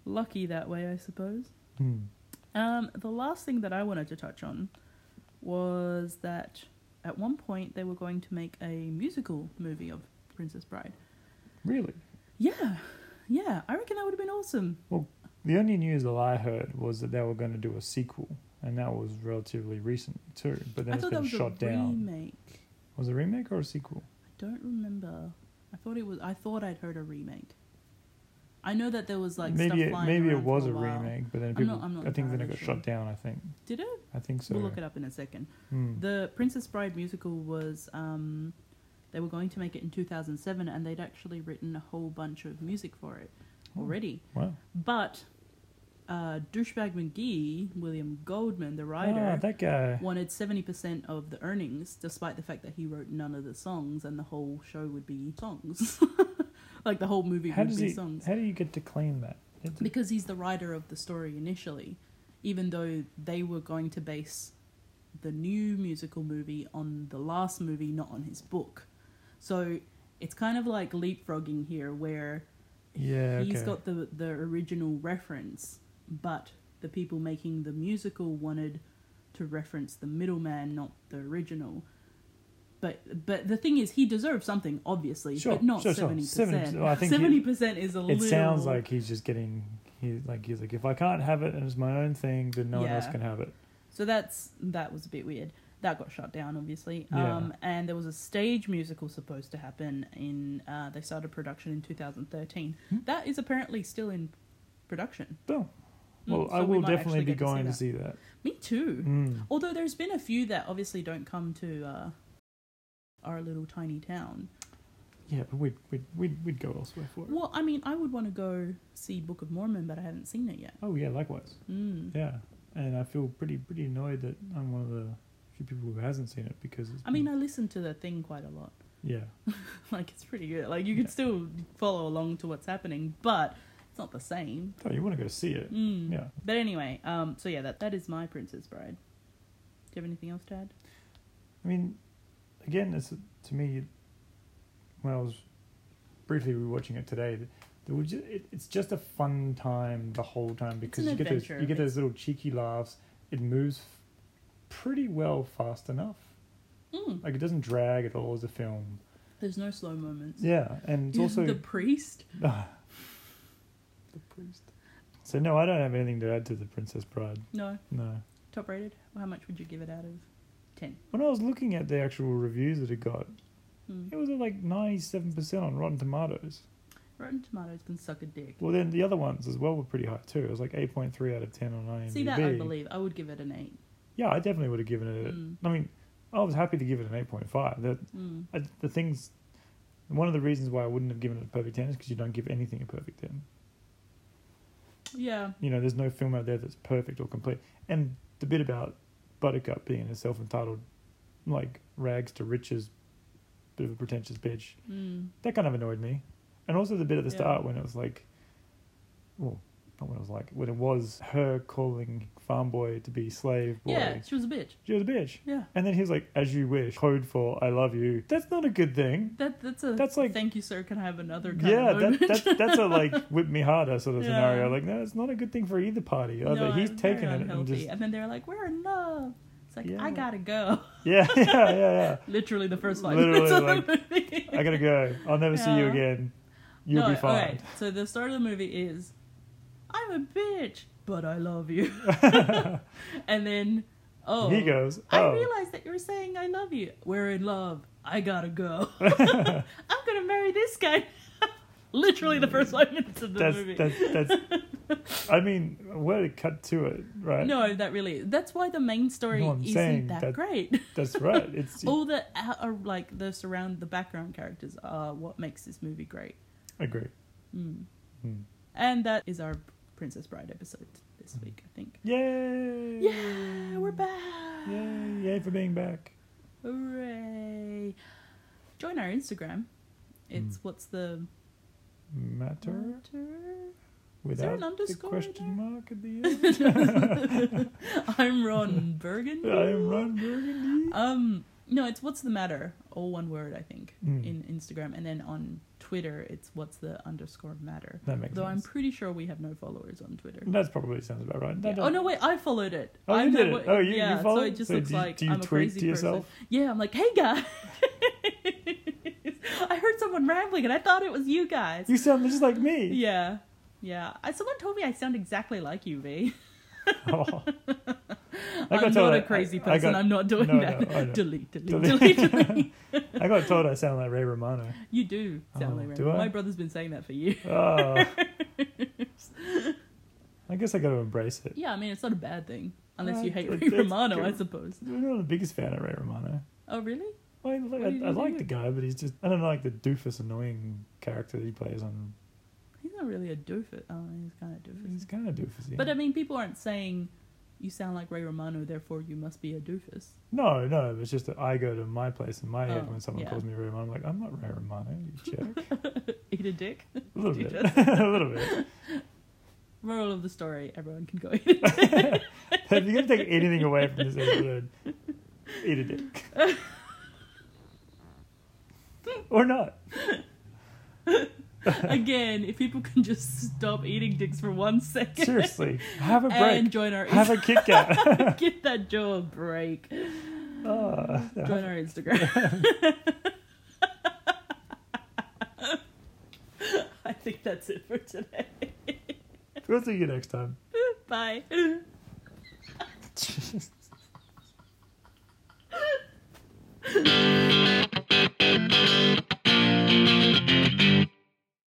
[SPEAKER 1] lucky that way, I suppose.
[SPEAKER 2] Hmm.
[SPEAKER 1] Um, the last thing that I wanted to touch on was that at one point they were going to make a musical movie of Princess Bride.
[SPEAKER 2] Really?
[SPEAKER 1] Yeah, yeah, I reckon that would have been awesome.
[SPEAKER 2] The only news that I heard was that they were going to do a sequel, and that was relatively recent too. But then
[SPEAKER 1] I
[SPEAKER 2] it's
[SPEAKER 1] thought that
[SPEAKER 2] been
[SPEAKER 1] was
[SPEAKER 2] shot
[SPEAKER 1] a
[SPEAKER 2] down.
[SPEAKER 1] remake.
[SPEAKER 2] Was it a remake or a sequel?
[SPEAKER 1] Don't remember. I thought it was. I thought I'd heard a remake. I know that there was like
[SPEAKER 2] maybe
[SPEAKER 1] stuff
[SPEAKER 2] it,
[SPEAKER 1] flying
[SPEAKER 2] maybe it
[SPEAKER 1] around for
[SPEAKER 2] was
[SPEAKER 1] a,
[SPEAKER 2] a
[SPEAKER 1] while.
[SPEAKER 2] remake, but then
[SPEAKER 1] I'm
[SPEAKER 2] people.
[SPEAKER 1] not- I'm not
[SPEAKER 2] I think then it
[SPEAKER 1] entirely
[SPEAKER 2] got
[SPEAKER 1] sure.
[SPEAKER 2] shot down. I think.
[SPEAKER 1] Did it?
[SPEAKER 2] I think so.
[SPEAKER 1] We'll look it up in a second.
[SPEAKER 2] Hmm.
[SPEAKER 1] The Princess Bride musical was. Um, they were going to make it in 2007, and they'd actually written a whole bunch of music for it
[SPEAKER 2] Oh.
[SPEAKER 1] already.
[SPEAKER 2] Wow.
[SPEAKER 1] But uh, douchebag McGee, William Goldman, the
[SPEAKER 2] Ah,
[SPEAKER 1] writer,
[SPEAKER 2] that guy.
[SPEAKER 1] wanted 70% of the earnings, despite the fact that he wrote none of the songs, and the whole show would be songs. (laughs) like the whole movie
[SPEAKER 2] How
[SPEAKER 1] would
[SPEAKER 2] does
[SPEAKER 1] be
[SPEAKER 2] he?
[SPEAKER 1] songs.
[SPEAKER 2] How do you get to claim that? It's-
[SPEAKER 1] because he's the writer of the story initially, even though they were going to base the new musical movie on the last movie, not on his book. So it's kind of like leapfrogging here, where
[SPEAKER 2] yeah.
[SPEAKER 1] he's
[SPEAKER 2] okay.
[SPEAKER 1] got the the original reference, but the people making the musical wanted to reference the middleman, not the original. But but the thing is, he deserves something, obviously,
[SPEAKER 2] Sure,
[SPEAKER 1] but not
[SPEAKER 2] sure, sure.
[SPEAKER 1] seventy
[SPEAKER 2] 70% well, I
[SPEAKER 1] percent.
[SPEAKER 2] think he-
[SPEAKER 1] Seventy percent is a
[SPEAKER 2] It
[SPEAKER 1] little.
[SPEAKER 2] sounds like he's just getting He like he's like if I can't have it and it's my own thing, then no one else
[SPEAKER 1] Yeah.
[SPEAKER 2] can have it.
[SPEAKER 1] So that's that was a bit weird. That got shut down, obviously.
[SPEAKER 2] Yeah.
[SPEAKER 1] Um, and there was a stage musical supposed to happen in. Uh, they started production in 2013.
[SPEAKER 2] Hmm.
[SPEAKER 1] That is apparently still in production.
[SPEAKER 2] Boom.
[SPEAKER 1] Mm,
[SPEAKER 2] Well, I
[SPEAKER 1] so we
[SPEAKER 2] will
[SPEAKER 1] might actually
[SPEAKER 2] definitely be
[SPEAKER 1] get to see
[SPEAKER 2] going to
[SPEAKER 1] that.
[SPEAKER 2] see that.
[SPEAKER 1] Me too.
[SPEAKER 2] Mm.
[SPEAKER 1] Although there's been a few that obviously don't come to uh, our little tiny town.
[SPEAKER 2] Yeah, but we'd, we'd we'd we'd go elsewhere for it.
[SPEAKER 1] Well, I mean, I would want to go see Book of Mormon, but I haven't seen it yet.
[SPEAKER 2] Oh yeah, likewise.
[SPEAKER 1] Mm.
[SPEAKER 2] Yeah, and I feel pretty pretty annoyed that I'm one of the few people who hasn't seen it because it's
[SPEAKER 1] I mean,
[SPEAKER 2] been-
[SPEAKER 1] I listened to the thing quite a lot. (laughs)
[SPEAKER 2] yeah,
[SPEAKER 1] Like, it's pretty good. Like, you can
[SPEAKER 2] Yeah.
[SPEAKER 1] still follow along to what's happening, but it's not the same.
[SPEAKER 2] no, you want to go see it.
[SPEAKER 1] Mm.
[SPEAKER 2] Yeah.
[SPEAKER 1] But anyway, um, so yeah, that that is my Princess Bride. Do you have anything else to add?
[SPEAKER 2] I mean, again, it's to me when I was briefly rewatching it today. There was just, it, it's just a fun time the whole time because
[SPEAKER 1] an
[SPEAKER 2] you get those
[SPEAKER 1] adventure.
[SPEAKER 2] you get
[SPEAKER 1] It's-
[SPEAKER 2] those little cheeky laughs. It moves pretty well fast enough.
[SPEAKER 1] Mm.
[SPEAKER 2] Like it doesn't drag at all as a film.
[SPEAKER 1] There's no slow moments.
[SPEAKER 2] Yeah, and it's
[SPEAKER 1] (laughs)
[SPEAKER 2] also
[SPEAKER 1] the priest.
[SPEAKER 2] Ah. the priest. So no, I don't have anything to add to the Princess Bride.
[SPEAKER 1] No,
[SPEAKER 2] No.
[SPEAKER 1] top rated. How much would you give it out of ten?
[SPEAKER 2] When I was looking at the actual reviews that it got,
[SPEAKER 1] Mm.
[SPEAKER 2] it was at like ninety-seven percent on Rotten Tomatoes.
[SPEAKER 1] Rotten Tomatoes can suck a dick.
[SPEAKER 2] Well, then the other ones as well were pretty high too. It was like eight point three out of ten on IMDb.
[SPEAKER 1] See that? I believe I would give it an eight.
[SPEAKER 2] Yeah, I definitely would have given it. a-
[SPEAKER 1] Mm.
[SPEAKER 2] I mean, I was happy to give it an eight point five. That
[SPEAKER 1] Mm.
[SPEAKER 2] I, the things. One of the reasons why I wouldn't have given it a perfect ten is because you don't give anything a perfect ten.
[SPEAKER 1] Yeah.
[SPEAKER 2] you know, there's no film out there that's perfect or complete. And the bit about Buttercup being a self entitled, like rags to riches, bit of a pretentious bitch,
[SPEAKER 1] Mm.
[SPEAKER 2] that kind of annoyed me. And also the bit at the
[SPEAKER 1] Yeah.
[SPEAKER 2] start when it was like, well, not when it was like, when it was her calling farm boy to be slave boy.
[SPEAKER 1] Yeah, she was a bitch.
[SPEAKER 2] She was a bitch.
[SPEAKER 1] Yeah.
[SPEAKER 2] And then he was like, as you wish, code for I love you. That's not a good thing.
[SPEAKER 1] That that's a
[SPEAKER 2] That's like-
[SPEAKER 1] thank you sir. Can I have another? Kind
[SPEAKER 2] Yeah,
[SPEAKER 1] of moment?
[SPEAKER 2] that, (laughs) that, that's
[SPEAKER 1] (laughs)
[SPEAKER 2] a like whip me harder sort of
[SPEAKER 1] Yeah.
[SPEAKER 2] scenario. Like, no, it's not a good thing for either party. Either
[SPEAKER 1] no,
[SPEAKER 2] he's
[SPEAKER 1] I'm very
[SPEAKER 2] taking it and
[SPEAKER 1] unhealthy.
[SPEAKER 2] just
[SPEAKER 1] and then they're like, we're in love. It's like
[SPEAKER 2] Yeah.
[SPEAKER 1] I gotta go. (laughs)
[SPEAKER 2] Yeah, (laughs) yeah, yeah,
[SPEAKER 1] Literally the first five
[SPEAKER 2] Literally,
[SPEAKER 1] minutes of the movie.
[SPEAKER 2] yeah. I gotta go. I'll never see you
[SPEAKER 1] Yeah.
[SPEAKER 2] again. You'll
[SPEAKER 1] No,
[SPEAKER 2] be fine.
[SPEAKER 1] okay, So the start of the movie is, I'm a bitch, but I love you. (laughs)
[SPEAKER 2] (laughs)
[SPEAKER 1] and then, oh,
[SPEAKER 2] He goes,
[SPEAKER 1] I
[SPEAKER 2] oh,
[SPEAKER 1] realized that you were saying I love you. We're in love. I gotta go. (laughs)
[SPEAKER 2] (laughs)
[SPEAKER 1] I'm gonna marry this guy. (laughs) Literally the first five minutes of the
[SPEAKER 2] that's,
[SPEAKER 1] movie.
[SPEAKER 2] that's that's. I mean, where to cut to it, right?
[SPEAKER 1] no, that really. That's why the main story
[SPEAKER 2] No, I'm saying
[SPEAKER 1] isn't that,
[SPEAKER 2] that- (laughs)
[SPEAKER 1] great.
[SPEAKER 2] that's right.
[SPEAKER 1] (laughs)
[SPEAKER 2] It's
[SPEAKER 1] All the uh, are like the surround the background characters are what makes this movie great.
[SPEAKER 2] agree.
[SPEAKER 1] Mm.
[SPEAKER 2] Hmm.
[SPEAKER 1] And that is our Princess Bride episode this
[SPEAKER 2] Mm.
[SPEAKER 1] week, I think.
[SPEAKER 2] Yay!
[SPEAKER 1] Yeah, we're back.
[SPEAKER 2] Yay! Yay for being back.
[SPEAKER 1] Hooray. Join our Instagram. It's
[SPEAKER 2] Mm.
[SPEAKER 1] what's the
[SPEAKER 2] Matter
[SPEAKER 1] matter?
[SPEAKER 2] without
[SPEAKER 1] an
[SPEAKER 2] the
[SPEAKER 1] underscore in
[SPEAKER 2] question
[SPEAKER 1] there?
[SPEAKER 2] mark
[SPEAKER 1] (laughs)
[SPEAKER 2] at the end. (laughs)
[SPEAKER 1] I'm Ron Burgundy.
[SPEAKER 2] I am Ron Burgundy.
[SPEAKER 1] Um no, it's what's the matter? All one word, I think,
[SPEAKER 2] Mm.
[SPEAKER 1] in Instagram. And then on Twitter, it's what's the underscore matter.
[SPEAKER 2] That makes
[SPEAKER 1] Though I'm
[SPEAKER 2] sense.
[SPEAKER 1] pretty sure we have no followers on Twitter.
[SPEAKER 2] That's probably sounds about right.
[SPEAKER 1] Yeah. Oh no, wait! I followed it.
[SPEAKER 2] Oh,
[SPEAKER 1] I
[SPEAKER 2] you
[SPEAKER 1] know
[SPEAKER 2] did it.
[SPEAKER 1] what-
[SPEAKER 2] Oh, you- you
[SPEAKER 1] yeah. so
[SPEAKER 2] followed?
[SPEAKER 1] it just
[SPEAKER 2] So
[SPEAKER 1] looks
[SPEAKER 2] do you-
[SPEAKER 1] like
[SPEAKER 2] do you
[SPEAKER 1] I'm a
[SPEAKER 2] tweet
[SPEAKER 1] crazy
[SPEAKER 2] to yourself?
[SPEAKER 1] person. Yeah, I'm like, hey guys, (laughs) I heard someone rambling and I thought it was you guys.
[SPEAKER 2] You sound just like
[SPEAKER 1] (laughs)
[SPEAKER 2] me. (laughs)
[SPEAKER 1] Yeah, yeah. I, someone told me I sound exactly like you, V.
[SPEAKER 2] Oh. I got
[SPEAKER 1] I'm
[SPEAKER 2] told
[SPEAKER 1] not
[SPEAKER 2] I-
[SPEAKER 1] a crazy
[SPEAKER 2] I- I
[SPEAKER 1] person.
[SPEAKER 2] got-
[SPEAKER 1] I'm not doing
[SPEAKER 2] no,
[SPEAKER 1] that.
[SPEAKER 2] no, I know.
[SPEAKER 1] delete, delete, (laughs) delete,
[SPEAKER 2] Delete.
[SPEAKER 1] delete.
[SPEAKER 2] I got told I sound like Ray
[SPEAKER 1] (laughs)
[SPEAKER 2] Romano.
[SPEAKER 1] You do sound
[SPEAKER 2] Oh,
[SPEAKER 1] like
[SPEAKER 2] do
[SPEAKER 1] random.
[SPEAKER 2] I?
[SPEAKER 1] My brother's been saying that for years. (laughs)
[SPEAKER 2] Oh. I guess I got to embrace it.
[SPEAKER 1] Yeah, I mean, it's not a bad thing unless
[SPEAKER 2] Well,
[SPEAKER 1] you hate
[SPEAKER 2] it-
[SPEAKER 1] Ray
[SPEAKER 2] it's
[SPEAKER 1] Romano, I
[SPEAKER 2] good.
[SPEAKER 1] suppose.
[SPEAKER 2] You're not the biggest fan of Ray Romano.
[SPEAKER 1] Oh, really?
[SPEAKER 2] I, I,
[SPEAKER 1] do you
[SPEAKER 2] I,
[SPEAKER 1] think
[SPEAKER 2] like
[SPEAKER 1] of
[SPEAKER 2] the
[SPEAKER 1] him?
[SPEAKER 2] guy, but he's just I don't like the doofus, annoying character that he plays on.
[SPEAKER 1] He's not really a doofus. Oh, he's kind of doofus.
[SPEAKER 2] He's kind of doofusy.
[SPEAKER 1] But um, I mean, people aren't saying you sound like Ray Romano, therefore you must be a doofus.
[SPEAKER 2] no, no, it's just that I go to my place in my head
[SPEAKER 1] Oh,
[SPEAKER 2] when someone
[SPEAKER 1] yeah.
[SPEAKER 2] calls me Ray Romano. I'm like, I'm not Ray Romano,
[SPEAKER 1] (laughs)
[SPEAKER 2] you jerk.
[SPEAKER 1] Eat a dick.
[SPEAKER 2] A little
[SPEAKER 1] You
[SPEAKER 2] bit, (laughs) a little bit.
[SPEAKER 1] (laughs) Moral of the story: Everyone can go eat a
[SPEAKER 2] (laughs)
[SPEAKER 1] dick.
[SPEAKER 2] if you're gonna take anything away from this episode, eat a dick, or not.
[SPEAKER 1] Again, if people can just stop eating dicks for one second
[SPEAKER 2] Seriously, have a
[SPEAKER 1] and
[SPEAKER 2] break.
[SPEAKER 1] join our
[SPEAKER 2] Have a Kit Kat.
[SPEAKER 1] (laughs) get that jaw a break.
[SPEAKER 2] Oh,
[SPEAKER 1] Join our Instagram. (laughs) I think that's it for today.
[SPEAKER 2] We'll see you next time.
[SPEAKER 1] Bye.